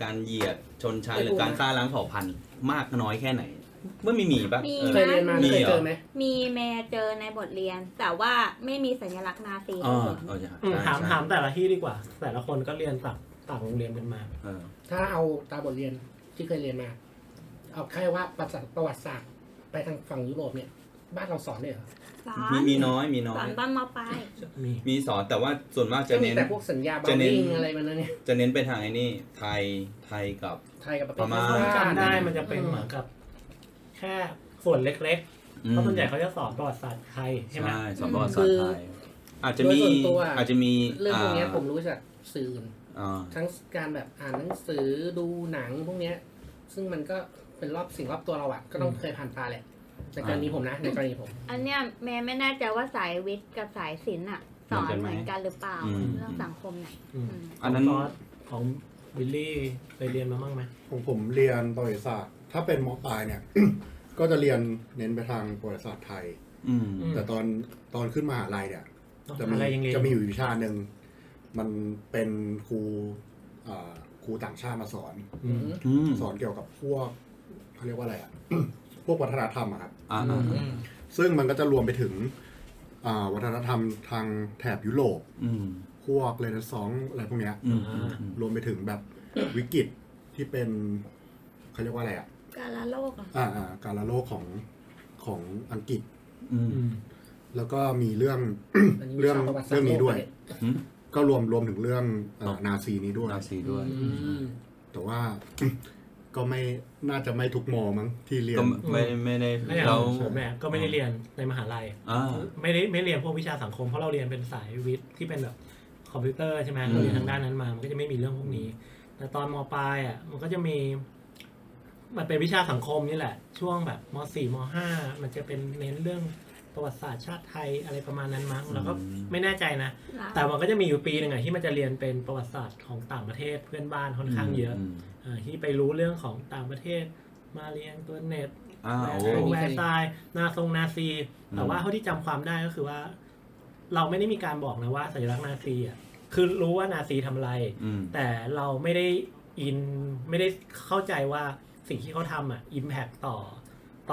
Speaker 2: การเหยียดชนชั้นหรือการฆ่าล้างเผ่าพันธุ์มากน้อยแค่ไหนเมื่อไม่มีปะ
Speaker 5: มี
Speaker 2: เออ
Speaker 3: เคยเรียนมา
Speaker 2: มี
Speaker 3: เคย
Speaker 2: เหรอ
Speaker 3: เจอไหม
Speaker 5: มีแม่เจอในบทเรียน แต่ว่าไม่มีสัญลักษณ์นาซี
Speaker 2: อ๋อ
Speaker 5: ให้เห็น
Speaker 2: เอาจ้ะ
Speaker 1: อืม
Speaker 2: ใช่
Speaker 1: ถาม
Speaker 2: ใช่
Speaker 1: ถามแต่ละที่ดีกว่า แต่ละคนก็เรียนต่างต่างโรงเรียนกันมา
Speaker 2: เออ
Speaker 3: ถ้าเอาตามบทเรียนที่เคยเรียนมา เอาแค่ว่าประวัติประวัติศาสตร์ไปทางฝั่งยุโรปเนี่ย บ้านเราสอนเลยเหรอ
Speaker 5: สอ
Speaker 2: มี
Speaker 5: น
Speaker 2: มีน้อยมีน้
Speaker 5: ส
Speaker 2: อ
Speaker 5: อย นตอนมปลาย
Speaker 1: มี
Speaker 2: มีสอนแต่ว่าส่วนมากจะ
Speaker 3: ก็มี
Speaker 2: เน้น
Speaker 3: แต่พวกสัญญาบา
Speaker 2: จะ
Speaker 3: ร์
Speaker 2: เน้น
Speaker 3: ลิงอะไรมันนะเนี่ย
Speaker 2: จะเน้นไปทางไอ้นี่ไทยไทยกับ
Speaker 3: ไทยกับประเท
Speaker 2: พ
Speaker 3: ศ
Speaker 2: ม่า
Speaker 3: เพื่อนบ้าน
Speaker 1: จำได้มันจะเป็นเหมือนกับ แค่ส่วนเล็กๆ
Speaker 2: อืม
Speaker 1: เพราะส่วนใหญ่เขาจะสอนประวัติศาสตร์ไทยใช่ไหม
Speaker 2: ใช่สอนประวัติศาสตร์ไทยอาจจะ
Speaker 3: โดย
Speaker 2: มี
Speaker 3: ส่วนตัว
Speaker 2: อาจจะมี
Speaker 3: เรื่องพวกเนี้ย
Speaker 2: า
Speaker 3: ผมรู้จากสื่ออื่น
Speaker 2: อ่า
Speaker 3: ทั้งการแบบอ่านหนังสือดูหนังพวกเนี้ย ซึ่งมันก็เป็นรอบสิ่งรอบตัวเราอะก็ต้องเคยผ่านตาแหละในกรณีผมนะในกรณีผม
Speaker 5: อันเนี้ยแม่ไม่แน่ใจว่าสายวิทย์กับสายศิลป์อะสอนเหมือนกันหรือเปล่า
Speaker 2: อืม
Speaker 5: เรื่องสังคมเนี่ย
Speaker 1: อืม
Speaker 5: อืม
Speaker 2: อันนั้น
Speaker 1: ขงซสของบิลลี่เคยเรียนมาบ้างไหม
Speaker 4: ของผมเรียนประวัติศาสตร์ ถ้าเป็นมปลายเนี่ย *coughs* ก็จะเรียนเน้นไปทางประวัติศาสตร์ไทย
Speaker 2: อืม
Speaker 1: ม
Speaker 4: แต่ตอนตอนขึ้นมหาลัยเนี่ย จะมี
Speaker 1: อะไรยังเรียน
Speaker 4: จะมีอยู่วิชาหนึ่งมันเป็นครูอ่าครูต่างชาติมาสอน
Speaker 1: อืม
Speaker 2: อืม
Speaker 4: สอนเกี่ยวกับพวกเขาเรียกว่าอะไรอ่ะ *coughs* พวกวัฒนธรรมอะครับ
Speaker 2: อ่าอ่าอ่า
Speaker 4: ซึ่งมันก็จะรวมไปถึงอ่าวัฒนธรรมทางแถบยุโรป
Speaker 2: อืม
Speaker 4: พวกเรเนซองส์อะไรพวกเนี้ย
Speaker 2: อืมอืมอืม
Speaker 4: รวมไปถึงแบบวิกฤตที่เป็นเขาเรียกว่าอะไรอ่ะ
Speaker 5: การละโลกอะ
Speaker 4: อ่าอ่าการระโลกของของอังกฤษ
Speaker 2: อืม
Speaker 4: แล้วก็มีเรื่อง
Speaker 3: อันนี้
Speaker 4: เรื่อง
Speaker 3: วิชาประวัติศาสตร์
Speaker 4: เรื่องนี้ด้วย
Speaker 3: โลกเลย
Speaker 4: ก็รวมรวมถึงเรื่องเอ่อนาซีนี้ด้วย
Speaker 2: ราศีด้วย
Speaker 3: อืม
Speaker 4: แต่ว่า *laughs* ก็ไม่น่าจะไม่ทุกมอมั้งที่เรียน
Speaker 2: ก็ไม่ได้ไม่ได้
Speaker 1: แล้วอย่าง
Speaker 2: เรา
Speaker 1: ผมเนี่ยก็ไม่ได้เรียนในมหาลัย
Speaker 2: อ่า
Speaker 1: ไม่ได้ไม่เรียนพวกวิชาสังคมเพราะเราเรียนเป็นสายวิทย์ที่เป็นแบบคอมพิวเตอร์ใช่ไหม
Speaker 2: อืม
Speaker 1: เราเรียนทางด้านนั้นมา มันก็จะไม่มีเรื่องพวกนี้ แต่ตอนมปลายอ่ะมันก็จะมี มันเป็นวิชาสังคมนี่แหละ ช่วงแบบมสี่มห้ามันจะเป็นเน้นเรื่องประวัติศาสตร์ชาติไทยอะไรประมาณนั้นมั้งเราก็ไม่แน่ใจนะ
Speaker 5: นะ
Speaker 1: แต่มันก็จะมีอยู่ปีหนึ่งอ่ะที่มันจะเรียนเป็นประวัติศาสตร์ของต่างประเทศเพื่อนบ้านค่อนข้างเยอะ
Speaker 2: ม
Speaker 1: อ่าที่ไปรู้เรื่องของต่างประเทศ มาเรียนตัวเน็ต
Speaker 2: อ่าโอ้
Speaker 1: แวร์ซายนาทรงนาซี แต่ว่าเท่าที่จำความได้ก็คือว่า เราไม่ได้มีการบอกนะว่าสัญลักษณ์นาซีอ่ะคือรู้ว่านาซีทำอะไร
Speaker 2: อืม
Speaker 1: แต่เราไม่ได้อินไม่ได้เข้าใจว่าสิ่งที่เขาทำอ่ะอิมแพคต่อ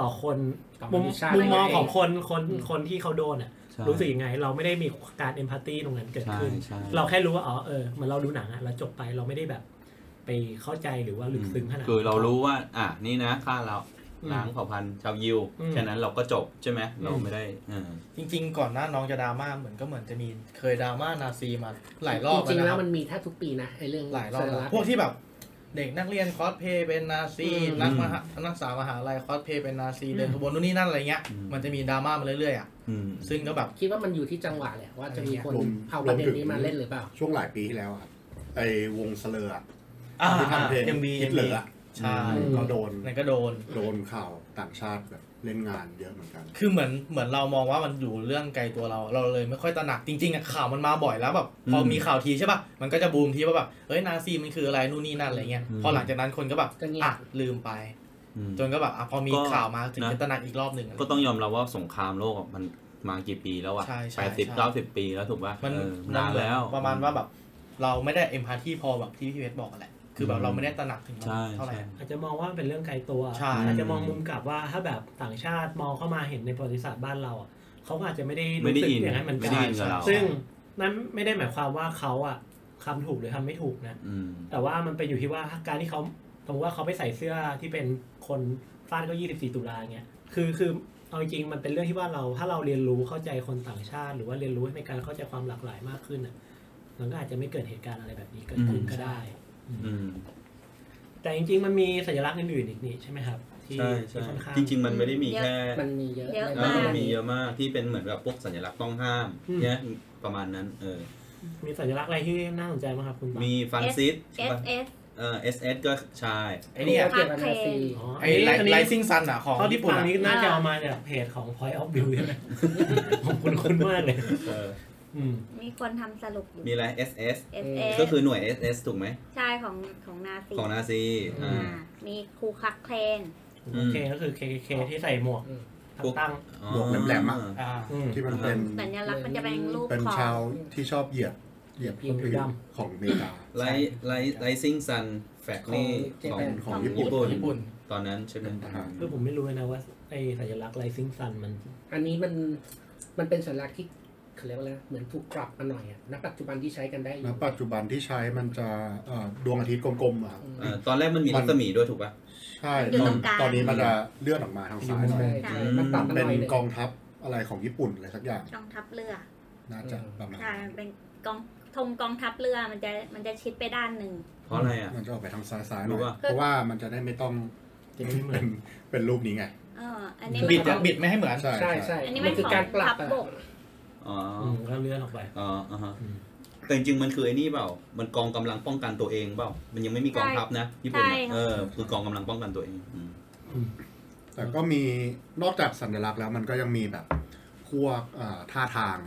Speaker 1: ต่อคน
Speaker 3: ต่อ
Speaker 1: มุม
Speaker 3: ม
Speaker 1: มุ
Speaker 3: นุษยชาติ
Speaker 1: มมอง
Speaker 3: เ
Speaker 1: ของคนคน
Speaker 3: อืม
Speaker 1: คนที่เขาโดนอ่ะ
Speaker 2: ใช่
Speaker 1: รู้สึกยังไง เราไม่ได้มีการเอมพัตตีตรงนั้นเกิดขึ้น
Speaker 2: ใช่ใช่
Speaker 1: เราแค่รู้ว่าอ๋อเออเหมือนเราดูหนังอ่ะเราจบไปเราไม่ได้แบบ ไปเข้าใจหรือว่าลึกซึ้งขนาด
Speaker 2: คือเรารู้ว่า อ่ะนี่นะค่าเรา
Speaker 1: อืม
Speaker 2: ล้างเผ่าพันธุ์ชาวยิว
Speaker 1: อืม
Speaker 2: แค่นั้นเราก็จบใช่ไหมเรา
Speaker 1: อืม
Speaker 2: ไม่ได้อ่า
Speaker 6: จริง ๆ ก่อนหน้าน้องจะดราม่าเหมือนก็เหมือนจะมีเคยดราม่านาซีมาหลายรอบ
Speaker 3: จริงๆ
Speaker 6: นะ
Speaker 3: แล้
Speaker 6: คว บ
Speaker 3: มันมีแทบทุกปีนะไอ้เรื่อง
Speaker 6: หลายรอบ
Speaker 3: สัญ
Speaker 6: แล้
Speaker 3: ลักษ
Speaker 6: ว
Speaker 3: ณ์
Speaker 6: พวกที่แบบเด็กนักเรียนคอสเพลย์เป็นนาซี
Speaker 3: อืม
Speaker 6: นักมหานักศึกษามหาลัยคอสเพลย์เป็นนาซีเดินขบวนนู่นนี่นั่นอะไรเงี้ย
Speaker 2: อืม
Speaker 6: มันจะมีดราม่ามาเรื่อยๆอ่ะ
Speaker 2: อืม
Speaker 6: ซึ่งก็แบบ
Speaker 3: คิดว่ามันอยู่ที่จังหวะแหละว่าจะมีคน
Speaker 4: รวม
Speaker 3: เอาประเด็น
Speaker 4: รวมถึง
Speaker 3: นี้มาเล่นหรือเปล่า
Speaker 4: ช่วงหลายปีที่แล้วอะครับไอ้วงเสลออะ
Speaker 6: อ่า
Speaker 4: ที่ทำเพลง
Speaker 6: เอ็มบี
Speaker 4: ฮิ
Speaker 6: เอ็
Speaker 4: ต
Speaker 6: ม
Speaker 4: เล
Speaker 6: บี
Speaker 4: อร์อะ
Speaker 6: ใช่
Speaker 4: อืมก็โดน
Speaker 6: นั่นก็โดน
Speaker 4: โดนข่าวต่างชาติแบบเล่นงานเยอะเหมือนกัน
Speaker 6: คือเหมือนเหมือนเรามองว่ามันอยู่เรื่องไกลตัวเรา เราเลยไม่ค่อยตระหนักจริงๆอะข่าวมันมาบ่อยแล้วแบบ
Speaker 2: อืม
Speaker 6: พอมีข่าวทีใช่ป่ะมันก็จะบูมทีว่าแบบเฮ้ยนาซีมันคืออะไรนู่นนี่นั่นอะไรเงี้ย
Speaker 2: อืม
Speaker 6: พอหลังจากนั้นคนก็แบบ
Speaker 3: ก็เงียบ
Speaker 6: อ่ะลืมไป
Speaker 2: อืม
Speaker 6: จนก็แบบอ่ะพอมี
Speaker 2: ก็
Speaker 6: ข่าวมาถึง
Speaker 2: นะ
Speaker 6: จะตระหนักอีกรอบหนึ่งะ
Speaker 2: ก็ต้องยอมรับว่าสงครามโลกอะมันมากี่ปีแล้วอ่ะ
Speaker 6: ใช่ใช่
Speaker 2: แปดสิบ
Speaker 6: ใช่
Speaker 2: เก้าสิบปีแล้วถูกป่ะ
Speaker 6: มัน
Speaker 2: เออ
Speaker 6: มัน
Speaker 2: นานแล้ว
Speaker 6: ประมาณว่าแบบ เราไม่ได้เอมพาทีพอแบบที่พี่เพชรบอกอะแหละคือแบบ
Speaker 2: อืม
Speaker 6: เราไม่ได้ตระหนักถึงมัน
Speaker 2: ใช่
Speaker 6: เท่าไหร่
Speaker 2: ใช่
Speaker 1: อาจจะมองว่ามันเป็นเรื่องไกลตัว
Speaker 6: ใช่
Speaker 1: อาจจะมองมุมกลับว่าถ้าแบบต่างชาติมองเข้ามาเห็นในประวัติศาสตร์บ้านเราอ่ะเขาก็อาจจะไม่ได้
Speaker 2: ไม่
Speaker 1: รู้
Speaker 2: ได้
Speaker 1: สึก
Speaker 2: อิน
Speaker 1: อย่างนั้นเหมือน
Speaker 2: ไม่
Speaker 1: กั
Speaker 2: ได้
Speaker 1: น
Speaker 2: อินกับเรา
Speaker 1: ซึ่งนั้นไม่ได้หมายความว่าเขาอ่ะทำถูกหรือทำไม่ถูกนะ
Speaker 2: อืม
Speaker 1: แต่ว่ามันไปอยู่ที่ว่าการที่เขา สมมติว่าเขาไปใส่เสื้อที่เป็นคนฟาดก็ยี่สิบสี่ตุลาเงี้ยคือคือเอาจริงๆมันเป็นเรื่องที่ว่าเราถ้าเราเรียนรู้เข้าใจคนต่างชาติ หรือว่าเรียนรู้ในการเข้าใจความหลากหลายมากขึ้นอ่ะมันก็อาจจะไม่เกิดเหตุการณ์อะไรแบบนี้เกิดขึ้น
Speaker 2: อืม
Speaker 1: ก็ได้
Speaker 2: อืม
Speaker 1: แต่จริง ๆ มันมีสัญลักษณ์อื่นๆอีกนี่ใช่ไหมครับที่
Speaker 2: ใช่ใช่
Speaker 1: ที่ค่อนข้าง
Speaker 2: จริง ๆ มันไม่ได้มีแค่
Speaker 3: มันมีเยอะ
Speaker 5: เยอะ
Speaker 2: เออ
Speaker 5: มาก
Speaker 2: มันมีเยอะมากที่เป็นเหมือนแบบพวกสัญลักษณ์ต้องห้ามเนี่ยประมาณนั้น เออ
Speaker 1: มีสัญลักษณ์อะไรที่น่าสนใจไหมครับคุณบัง
Speaker 2: มีฟันซิส
Speaker 5: S S
Speaker 2: เออ SS ก็ใช่
Speaker 6: ไอ้เนี่ย
Speaker 3: เกี่ยวกับนาซี
Speaker 1: อ๋อ
Speaker 6: ไอ้ไล
Speaker 1: อันนี้
Speaker 6: ไลซิงซันอ่ะของ
Speaker 1: เท่าที่
Speaker 6: ญี่ปุ่น
Speaker 1: ฟัง
Speaker 6: อะ
Speaker 1: นี้น่าจะเอามาจากเพจของ Point of View ใช่ไหมผมคุ้นคุ้นๆมากเลย
Speaker 2: เออ
Speaker 1: อืม
Speaker 5: มีคนทำสรุปอยู่
Speaker 2: มีอะไร SS
Speaker 5: S S
Speaker 2: ก็คือหน่วย SS ถูกไหม
Speaker 5: ใช่ของของนาซี
Speaker 2: ของนาซี
Speaker 1: อื
Speaker 2: อ่า
Speaker 5: อ่ามีครูคักเคลน
Speaker 2: อื
Speaker 1: โอ
Speaker 2: ม
Speaker 1: เคก็คือ KKK ที่ใส่หมวก
Speaker 3: อืม
Speaker 2: พวก
Speaker 1: ตั้ง
Speaker 4: หมวกแหลมๆอะ
Speaker 6: อ่า
Speaker 1: ๆอืม
Speaker 4: ที่มันเป็น
Speaker 5: สัญลักษณ์มันจะเป็นรูป
Speaker 4: เป็น
Speaker 5: คอ
Speaker 4: ชาวที่ชอบเหยียบเหยียบคนอื่นของอเมริกา
Speaker 2: ไลไลไลซิงซันแฟกนี่ของ
Speaker 4: ของญี่ปุ่น
Speaker 2: ญี่
Speaker 6: ญี่ปุ่
Speaker 2: ปุ่น
Speaker 6: น
Speaker 2: ตอนนั้นใช่ไหม
Speaker 4: อ่า
Speaker 1: คือผมไม่รู้เลยนะว่าไอสัญลักษณ์ไลซิงซันมัน
Speaker 3: อันนี้มันมันเป็นสัญลักษณ์ที่เขาเรียกว่าอะไรเหมือนถูกปรับมาหน่อยอ่ะณปัจจุบันที่ใช้กันได้อ
Speaker 4: ณ
Speaker 3: ยู่
Speaker 4: ปัจจุบันที่ใช้มันจะเอ่อดวงอาทิตย์กลมๆอะครับ
Speaker 2: เออตอนแรกมันมีรัศมีด้วยถูกป่ะ
Speaker 4: ใช่
Speaker 5: อยู่
Speaker 4: ต
Speaker 5: ต
Speaker 4: อน
Speaker 5: รงกลาง
Speaker 4: ตอนนี้มันจะเลื่อนออกมาทางซ้ายหน่อย
Speaker 3: ใช่
Speaker 5: ใช่
Speaker 3: ใช่มันปรับมาห
Speaker 4: เป็น
Speaker 3: น่อยหนึ่ง
Speaker 4: กองทัพอะไรของญี่ปุ่นอะไรสักอย่าง
Speaker 5: กองทัพเรือ
Speaker 4: น่าจะประมาณ
Speaker 5: ใช่มันเป็นกองธงกองทัพเรือมันจะมันจะชิดไปด้านหนึ่ง
Speaker 2: เพราะอะไรอ่ะ
Speaker 4: มันจะออกไปทางซ้ายซ้ายๆห
Speaker 2: รู้
Speaker 4: น่อย
Speaker 2: ป่ะ
Speaker 4: เพราะว่ามันจะได้ไม่ต้อง
Speaker 1: จะไม่เหมื
Speaker 4: เป็
Speaker 1: อน
Speaker 4: นเป็นรูปนี้ไง
Speaker 5: เอออันนี้
Speaker 6: บิด
Speaker 5: มัน
Speaker 6: อะบิดไม่ให้เหมือน
Speaker 4: ใช่
Speaker 3: ใช่ใช่
Speaker 5: อันนี้
Speaker 3: มั
Speaker 5: มัน น
Speaker 3: คือ
Speaker 5: ของ
Speaker 3: การปรั
Speaker 5: ทั
Speaker 3: บ
Speaker 5: พ
Speaker 3: อะ
Speaker 5: บก
Speaker 2: อ๋อ
Speaker 1: อืมก็เลื่อนออกไป
Speaker 2: อ๋ออ่าฮะ
Speaker 1: อืม
Speaker 2: แต่จริงๆมันคือไอ้นี่เปล่า มันกองกำลังป้องกันตัวเองเปล่า มันยังไม่มีกองทัพนะญี่ปุ่น
Speaker 5: ใช่
Speaker 2: อะ
Speaker 5: ค่ะ
Speaker 2: เออ คือกองกำลังป้องกันตัวเองอืม
Speaker 1: อืม
Speaker 4: แต่ก็มีนอกจากสัญลักษณ์แล้วมันก็ยังมีแบบพวกเอ่อท่าทาง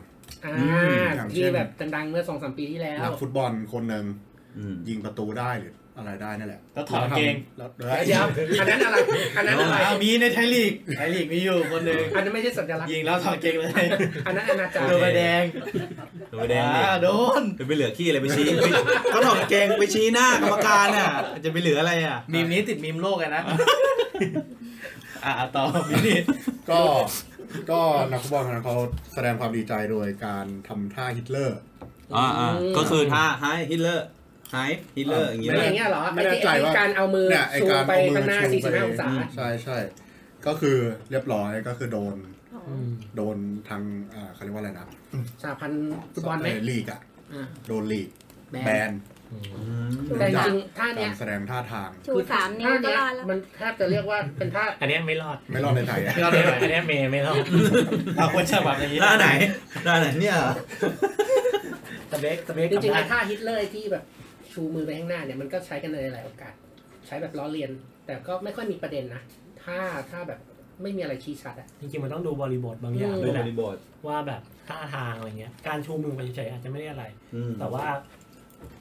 Speaker 3: อ่า
Speaker 4: อืมอย่างเช่
Speaker 3: ที่
Speaker 4: น
Speaker 3: แบบดังๆเมื่อสองสามปีที่แล้ว
Speaker 4: นักฟุตบอลคนหนึ่ง
Speaker 2: อืม
Speaker 4: ยิงประตูได้หรืออะไรได้นั่นแหละ
Speaker 6: แล้วถอดกางเกง
Speaker 4: แล้วทำ
Speaker 3: เดี๋ย
Speaker 4: แล้ว ว
Speaker 3: อันนั้นอะไร อันนั้นอะไร
Speaker 6: อ่ามีในไทยลีกไทยลีกมีอยู่คนหนึ่ง
Speaker 3: อันนั้นไม่ใช่สัญลักษณ์
Speaker 6: ยิงแล้วถอดเกงเลย
Speaker 3: อันนั้นอนาจาร
Speaker 6: โดนใบแดง
Speaker 2: โดนไปแดงดิ
Speaker 6: อ่าโดน
Speaker 2: จะไปเหลือขี้อะไรไปชี้ *laughs* ก็ถอดกางเกงไปชี้หน้ากรรมการน่ะ จะไปเหลืออะไรอ่ะ
Speaker 6: มีมนี้ติดมีมโลกอะนะ อ่าต่อมีมนี้
Speaker 4: ก็ก็นักฟุตบอลคนนั้นเขาแสดงความดีใจโดยการทำท่าฮิตเลอร์
Speaker 2: อ่าอ่าก็คือท่าไฮฮิตเลอร์ไฮฮิตเลอร์อย่าง
Speaker 3: ไม่
Speaker 2: งี้
Speaker 3: ใช่
Speaker 2: เล
Speaker 3: อย ย่างเงี้ยเหรอ
Speaker 4: ไม่แน่ใจ
Speaker 3: ไอ้ที่
Speaker 4: ว่า
Speaker 3: การเอามือ
Speaker 4: เนี่ยไอ
Speaker 3: ชู
Speaker 4: การ
Speaker 3: ไป
Speaker 4: เอามื
Speaker 3: ข้าง
Speaker 4: อ
Speaker 3: หน้า
Speaker 4: ชูไป
Speaker 3: 45องศา
Speaker 4: ใช่ใช่ก็คือเรียบร้อยก็คือโดน
Speaker 5: ของ
Speaker 1: อืม
Speaker 4: โดนทางอ่าเขาเรียกว่าอะไรนะ
Speaker 3: สาพันธ์ฟุตบอลไหม
Speaker 4: เลีกอะ
Speaker 3: อ่า
Speaker 4: โดนลีกแบ
Speaker 3: แบน
Speaker 4: น
Speaker 1: อืม
Speaker 3: แต่จ
Speaker 4: จาก
Speaker 3: ริงๆท่า
Speaker 4: การ
Speaker 3: เนี้ย
Speaker 4: แสดงท่าทาง
Speaker 5: ชูสามนิ้ว
Speaker 3: ท่
Speaker 5: ก็
Speaker 3: เนี้ย
Speaker 5: รอดแล้ว
Speaker 3: มันแทบจะเรียกว่าเป็นท่า
Speaker 1: อันเนี้ยไม่รอด
Speaker 4: ไม่รอดในไทยอะ
Speaker 6: เราได้ไหม
Speaker 1: อันเนี้ยเมย์ไม่รอด
Speaker 6: เราควรจะแบบอย่างนี้
Speaker 2: ท่าไหนท่าไหนเนี่ย
Speaker 1: สเปกสเปก
Speaker 3: จ
Speaker 1: กับ
Speaker 3: ริงๆ
Speaker 1: บ้า
Speaker 3: ไอ้
Speaker 1: น
Speaker 3: ท่าฮิตเลอร์ที่แบบชูมือไปข้างหน้าเนี่ยมันก็ใช้กันในหลายโอกาส ใช้แบบล้อเลียน แต่ก็ไม่ค่อยมีประเด็นนะ ถ้าถ้าแบบไม่มีอะไรชี้ชัดอะ
Speaker 1: จริงๆมันต้องดูบริบทบางอย่าง
Speaker 3: อืม
Speaker 1: ด้วยแห
Speaker 2: บ
Speaker 1: ละ
Speaker 2: ริบท
Speaker 1: ว่าแบบท่าทางอะไรเงี้ย การชูมือไปเฉยๆอาจจะไม่ได้อะไร
Speaker 2: อืม
Speaker 1: แต่ว่า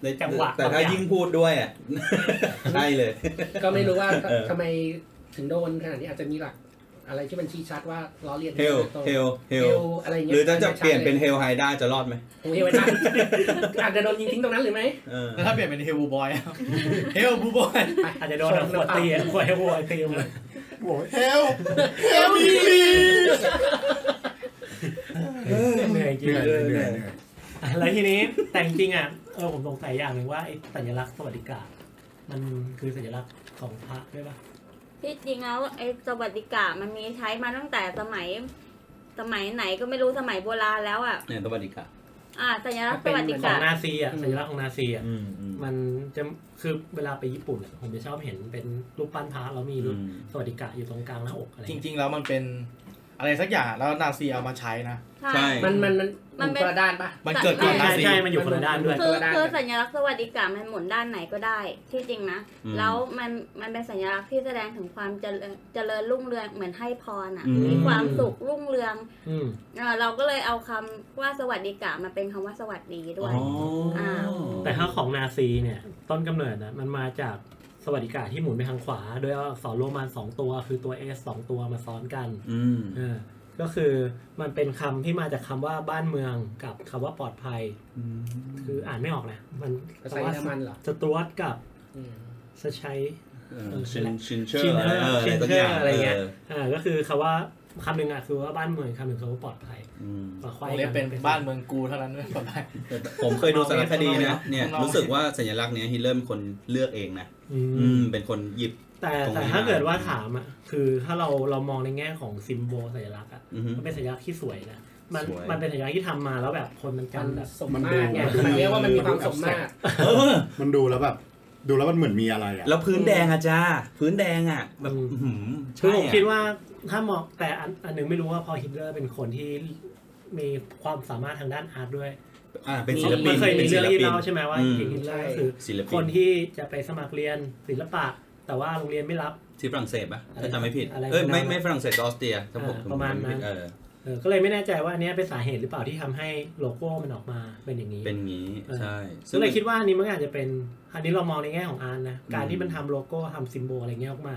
Speaker 2: แต่
Speaker 1: จังหวะ
Speaker 2: แต่ถ้ายิ่งพูดด้วยอ่ะ ใช่เลย
Speaker 3: ก็ไม่รู้ว่า
Speaker 2: เออ
Speaker 3: ทำไมถึงโดนขนาดนี้อาจจะมีหลักอะไรที่มันชี้ชัดว่าล้อเลียน
Speaker 2: เฮลเฮลเฮ
Speaker 3: เฮ
Speaker 2: ล
Speaker 3: ลอะไรเงี้
Speaker 2: ห
Speaker 3: ย
Speaker 2: รือถ้าจะเปลี่ยนเป็นเฮลไฮด้าจะรอดไหม
Speaker 3: โอ้ยเฮลนะอาจจะโดนยิงทิ้งตรงนั้นหรือไหม
Speaker 2: เออ
Speaker 6: แล้วถ้าเปลี่ยนเป็นเฮลบูบอยอะเฮลบูบอย
Speaker 1: อาจจะโดน *laughs* เอาขวดตีอะขวดให้วัวตีมัน
Speaker 4: โอ้ยเฮลเฮลมีมี
Speaker 1: เหนื่อยจ
Speaker 4: เห
Speaker 1: ริง
Speaker 4: นื่
Speaker 2: เล
Speaker 4: อย
Speaker 2: ย
Speaker 4: เหนื่อยเหนื่อย
Speaker 1: อ่ะแล้วทีนี้แต่จริงๆอ่ะเออผมสงสัยอย่างหนึ่งว่าไอ้สัญลักษณ์สวัสดิการมันคือสัญลักษณ์ของพระด้วยป่ะ
Speaker 5: ที่จริงแล้วไอ้สวัสดิการมันมีใช้มาตั้งแต่สมัย สมัยไหนก็ไม่รู้สมัยโบราณแล้วอ่ะ
Speaker 2: เนี่ยสวัสดีค่ะ
Speaker 5: อ่าสัญลักษณ์สวัส
Speaker 1: ขอก
Speaker 5: ดิาง ร
Speaker 1: นาซีอ่ะสัญลักษณ์ของนาซีอ่ะ
Speaker 2: อืมอืม
Speaker 1: มันจะคือเวลาไปญี่ปุ่นอะผมจะชอบเห็นเป็นรูปปั้นพระแล้วมีรูป
Speaker 2: อืม
Speaker 1: สวัสดิกะอยู่ตรงกลางหน้าอกอะไร
Speaker 6: จ
Speaker 1: เงี้ย
Speaker 6: ริง ๆ แล้วมันเป็นอะไรสักอย่างแล้วนาซีเอามาใช้นะ
Speaker 5: ใช่
Speaker 2: ใช่
Speaker 3: มันมันมัน
Speaker 5: มั
Speaker 3: มัน
Speaker 5: นเป็น
Speaker 3: กระดานปะ
Speaker 6: มันเกิดก่อน
Speaker 1: ใช่
Speaker 6: นาซี
Speaker 1: ใช่มันอยู่คนละด้านด้วย
Speaker 5: คือ
Speaker 3: ก็ได้
Speaker 5: คือสัญลักษณ์สวัสดิการมันหมุนด้านไหนก็ได้ ที่จริงนะ
Speaker 2: อืม
Speaker 5: แล้วมันมันเป็นสัญลักษณ์ที่แสดงถึงความเจริญเจริญรุ่งเรืองเหมือนให้พรอ่ะ
Speaker 1: อืม
Speaker 5: มีความสุขรุ่งเรือง
Speaker 1: อืม
Speaker 5: เอ่อเราก็เลยเอาคำว่าสวัสดิการมาเป็นคำว่าสวัสดีด้วย อ่า
Speaker 1: แต่ถ้าของนาซีเนี่ย ต้นกำเนิดนะมันมาจากสวัสดิกะที่หมุนไปทางขวา โดยเอาอักษรโรมันสองตัว คือตัว S สองตัวมาซ้อนกัน
Speaker 2: อืม
Speaker 1: เออก็คือมันเป็นคำที่มาจากคำว่าบ้านเมืองกับคำว่าปลอดภัย
Speaker 2: อืม
Speaker 1: คืออ่านไม่ออกนะมัน
Speaker 3: ภาษาเยอรมันเหรอ
Speaker 1: สตรวตกับ
Speaker 3: อืม
Speaker 1: สชัย
Speaker 2: เออชินชินเชอ
Speaker 1: ชิน
Speaker 2: ร์
Speaker 1: เชอร์
Speaker 2: อะไร
Speaker 1: ชินเชอร์
Speaker 2: สักย่าง
Speaker 1: อะไรเงี้ย
Speaker 2: ออ
Speaker 1: อ่าก็คือคำว่า คำหนึ่งอ่ะคือว่าบ้านเมืองคำหนึ่งคือว่าปลอดภัย
Speaker 2: อืม
Speaker 1: ปลอด
Speaker 6: ว
Speaker 1: ภัย
Speaker 6: งเล็บเป็นบ้านเมืองกูเท่านั้นไม่ปลอดภัย
Speaker 2: ผมเคยดูสารคดีนะเนี่ย
Speaker 6: ลอง
Speaker 2: รู้สึกว่าสัญลักษณ์เนี้ยฮิตเลอร์เป็นคนเลือกเองนะ
Speaker 1: อืม
Speaker 2: อืมเป็นคนหยิบ
Speaker 1: แต่
Speaker 2: ตรงนี้
Speaker 1: แต่ถ้าเกิดว่า
Speaker 2: นะ
Speaker 1: ถามอ่ะคือถ้าเราเรามองในแง่ของซิมโบลสัญลักษณ์อ่ะ
Speaker 2: อือฮึ
Speaker 1: มันเป็นสัญลักษณ์ที่สวยนะมัน
Speaker 2: สวย
Speaker 1: มันเป็นสัญลักษณ์ที่ทำมาแล้วแบบคนมัน
Speaker 3: มัน
Speaker 1: จำแบบ
Speaker 3: สมมาตรไง
Speaker 4: มันดู
Speaker 3: มันเรียกว่ามันมีความสมมาตร
Speaker 2: เออ
Speaker 4: มันดูแล้วแบบ ดูแล้วมันเหมือนมีอะไรอ่ะ
Speaker 2: แล้วพื้นแดงอะจ้าพื้นแดงอะแบบ
Speaker 1: อืม
Speaker 2: อื้อ
Speaker 1: คือผ
Speaker 2: หือใช่
Speaker 1: ม
Speaker 2: อะ
Speaker 1: คิดว่าถ้ามองแต่อันอันหนึงไม่รู้ว่าพอฮิตเลอร์เป็นคนที่มีความสามารถทางด้านอาร์ตด้วย
Speaker 2: อ่าเป็นศิล
Speaker 1: มั
Speaker 2: ปิ
Speaker 1: น
Speaker 2: น
Speaker 1: เคยมี
Speaker 2: ป็นศิ
Speaker 1: เรื่อง
Speaker 2: ล
Speaker 1: ที่
Speaker 2: ปิน
Speaker 1: เล่าใช่ไหมว่า
Speaker 2: อื
Speaker 1: จ
Speaker 2: ม
Speaker 1: ริงๆฮิตเลอร์ก็คือ
Speaker 2: ศิล
Speaker 1: ค
Speaker 2: ปิ
Speaker 1: น
Speaker 2: น
Speaker 1: ที่จะไปสมัครเรียนศิลปะ แต่ว่าโรงเรียนไม่รับ
Speaker 2: ที่ฝรั่งเศสปะ
Speaker 1: อะไร
Speaker 2: ถ้าจำไม่ผิด
Speaker 1: อะไร
Speaker 2: เอ้ย
Speaker 1: ประมาณ
Speaker 2: ไม่ไม่ฝรั่งเศสก็ออสเตรียถ้าผม
Speaker 1: อ่าประมาณนั้น
Speaker 2: เออ
Speaker 1: เออก็เลยไม่แน่ใจว่าอันเนี้ยเป็นสาเหตุหรือเปล่าที่ทำให้โลโก้มันออกมาเป็นอย่างนี้
Speaker 2: เป็นงี้
Speaker 1: เออ
Speaker 2: ใช่
Speaker 1: ก็เลยคิดว่าอันนี้มันอาจจะเป็น อันนี้เรามองในแง่ของอาร์ตนะ การที่มันทำโลโก้ทำซิมโบลอะไรเงี้ยออกมา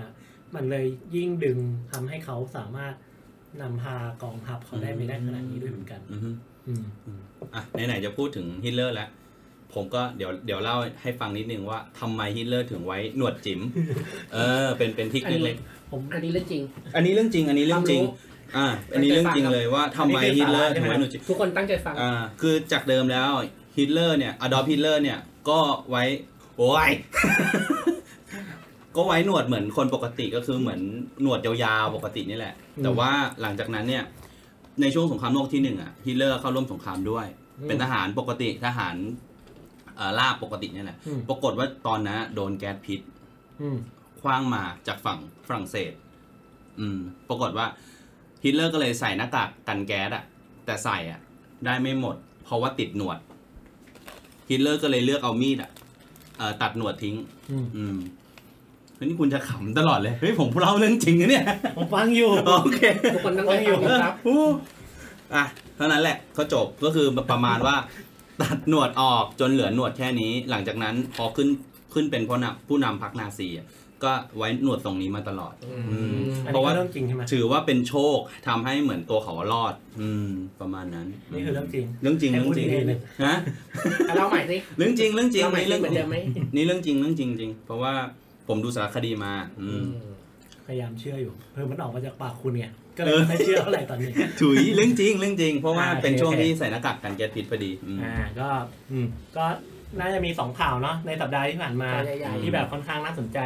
Speaker 1: มันเลยยิ่งดึงทำให้เขาสามารถนำพากองทัพเขาได้ไม่ได้ขนาดนี้ด้วยเหมือนกัน
Speaker 2: อือฮึ
Speaker 1: อืม
Speaker 2: อ่ะไหนๆจะพูดถึงฮิตเลอร์แล้วผมก็เดี๋ยวเดี๋ยวเล่าให้ฟังนิดนึงว่าทำไมฮิตเลอร์ถึงไว้หนวดจิ๋มเออเป็นเป็นทริก
Speaker 3: อันนี้
Speaker 2: เล็กๆ
Speaker 1: ผม
Speaker 3: อันนี้เรื่องจริง
Speaker 2: อันนี้เรื่องจริง อันนี้เรื่องจริง
Speaker 3: ความรู้
Speaker 2: อ่า อันนี้เรื่องจริงเลยว่าทำไมฮิตเลอร์
Speaker 6: อันนี้
Speaker 2: ถึง
Speaker 6: เป็
Speaker 2: ไว้ห
Speaker 6: น
Speaker 2: น
Speaker 6: สาระ
Speaker 2: วดจิ๋ม
Speaker 3: ทุกคนตั้งใจฟัง
Speaker 2: อ่า คือจากเดิมแล้วฮิตเลอร์เนี่ยอดอลฮิตเลอร์เนี่ย ก็ไว้ โอ้ย *laughs* ก็ไว้หนวดเหมือนคนปกติก็คือเหมือนหนวดยาวๆปกตินี่แหละ แต่ว่าหลังจากนั้นเนี่ย ในช่วงสงครามโลกที่หนึ่งอ่ะฮิตเลอร์เข้าร่วมสงครามด้วย เป็นทหารปกติทหารเอ่อลาบปกติเนี่ยแหละ
Speaker 1: อืม
Speaker 2: ปรากฏว่าตอนนั้นโดนแก๊สพิษ
Speaker 1: อืม
Speaker 2: คว้างมาจากฝั่งฝรั่งเศส อืม ปรากฏว่าฮิตเลอร์ก็เลยใส่หน้ากากกันแก๊สอะแต่ใส่อะได้ไม่หมด เพราะว่าติดหนวดฮิตเลอร์ก็เลยเลือกเอามีดอะเอ่อตัดหนวดทิ้ง
Speaker 1: อืม
Speaker 2: อืมเฮ้ยนี่คุณจะขำตลอดเลย เฮ้ย ผมเล่าเรื่องจริงนะเนี่ย *laughs*
Speaker 1: ผมฟังอยู่
Speaker 2: โอเค
Speaker 3: ทุกคนตั้งใจฟังนะครับ
Speaker 2: เอออู้อ่ะเท่านั้นแหละก็จบก็คือประมาณว่า ตัดหนวดออกจนเหลือหนวดแค่นี้ หลังจากนั้นพอขึ้นขึ้นเป็นผู้นำผู้นำพรรคนาซีอ่ะก็ไว้หนวดตรงนี้มาตลอด อืม
Speaker 1: อันนี้
Speaker 2: เพราะ
Speaker 1: ก็
Speaker 2: ว่า
Speaker 1: เรื่องจริงใช่ไหม
Speaker 2: ถือว่าเป็นโชคทำให้เหมือนตัวเขารอด อืม ประมาณนั้น
Speaker 1: นี่คือเรื่องจริง
Speaker 2: เรื่องจริงเรื่องจริง
Speaker 1: ให้พูดดีๆหนึ่ง
Speaker 2: ฮะ
Speaker 3: อ่ะเราใหม่สิ
Speaker 2: เรื่องจริงเรื่องจริง
Speaker 3: เราใหม่
Speaker 2: นี่
Speaker 3: สิ
Speaker 2: เรื่อง
Speaker 3: เหมือนเดิมไหม
Speaker 2: นี่เรื่องจริงเรื่องจริงจริงเพราะว่าผมดูสารคดีมา อืม
Speaker 1: พยายามเชื่ออยู่เพิ่มมันออกมาจากปากคุณไงก็เลยไม่เชื่อเท่าไหร่ตอนนี้
Speaker 2: ถุยเรื่องจริงเรื่องจริง เพราะว่า
Speaker 1: อ่า
Speaker 2: เป็นช่วง
Speaker 1: โอเค
Speaker 2: ที่ใส่หน้ากากกันแก๊สพิษพอดีอืม
Speaker 1: อ่าก็อืมก็น่าจะมีสองข่าวเนาะในสัปดาห์ที่ผ่านมา
Speaker 3: ตัวใหญ่
Speaker 1: ที่แบบค่อนข้างน่าสนใจ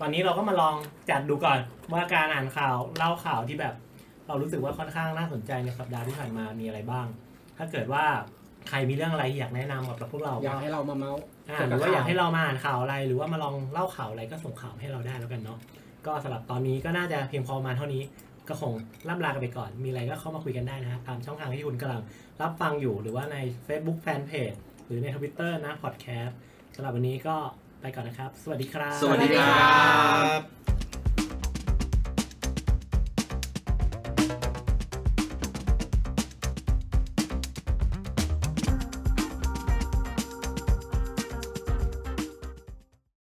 Speaker 1: ตอนนี้เราก็มาลองจัดดูก่อนว่าการอ่านข่าวเล่าข่าวที่แบบ เรารู้สึกว่าค่อนข้างน่าสนใจในสัปดาห์ที่ผ่านมามีอะไรบ้าง ถ้าเกิดว่าใครมีเรื่องอะไรอยากแนะนำกับพวกเรา
Speaker 3: ๆอยากให้เรามาเมาส์
Speaker 1: อ่าหรือว่าอยากให้เรามาอ่านข่าวอะไร หรือว่ามาลองเล่าข่าวอะไรก็ส่งข่าวให้เราได้แล้วกันเนาะก็สำหรับตอนนี้ก็น่าจะเพียงพอประมาณเท่านี้ ก็คงล่ำลากันไปก่อน มีอะไรก็เข้ามาคุยกันได้นะฮะตามช่องทางที่คุณกำลังรับฟังอยู่ หรือว่าใน Facebook Fanpage หรือใน Twitter นะ Podcast สำหรับวันนี้ก็ไปก่อนนะครับ สวัสดีครับ
Speaker 2: สวัสดีครับ
Speaker 3: บ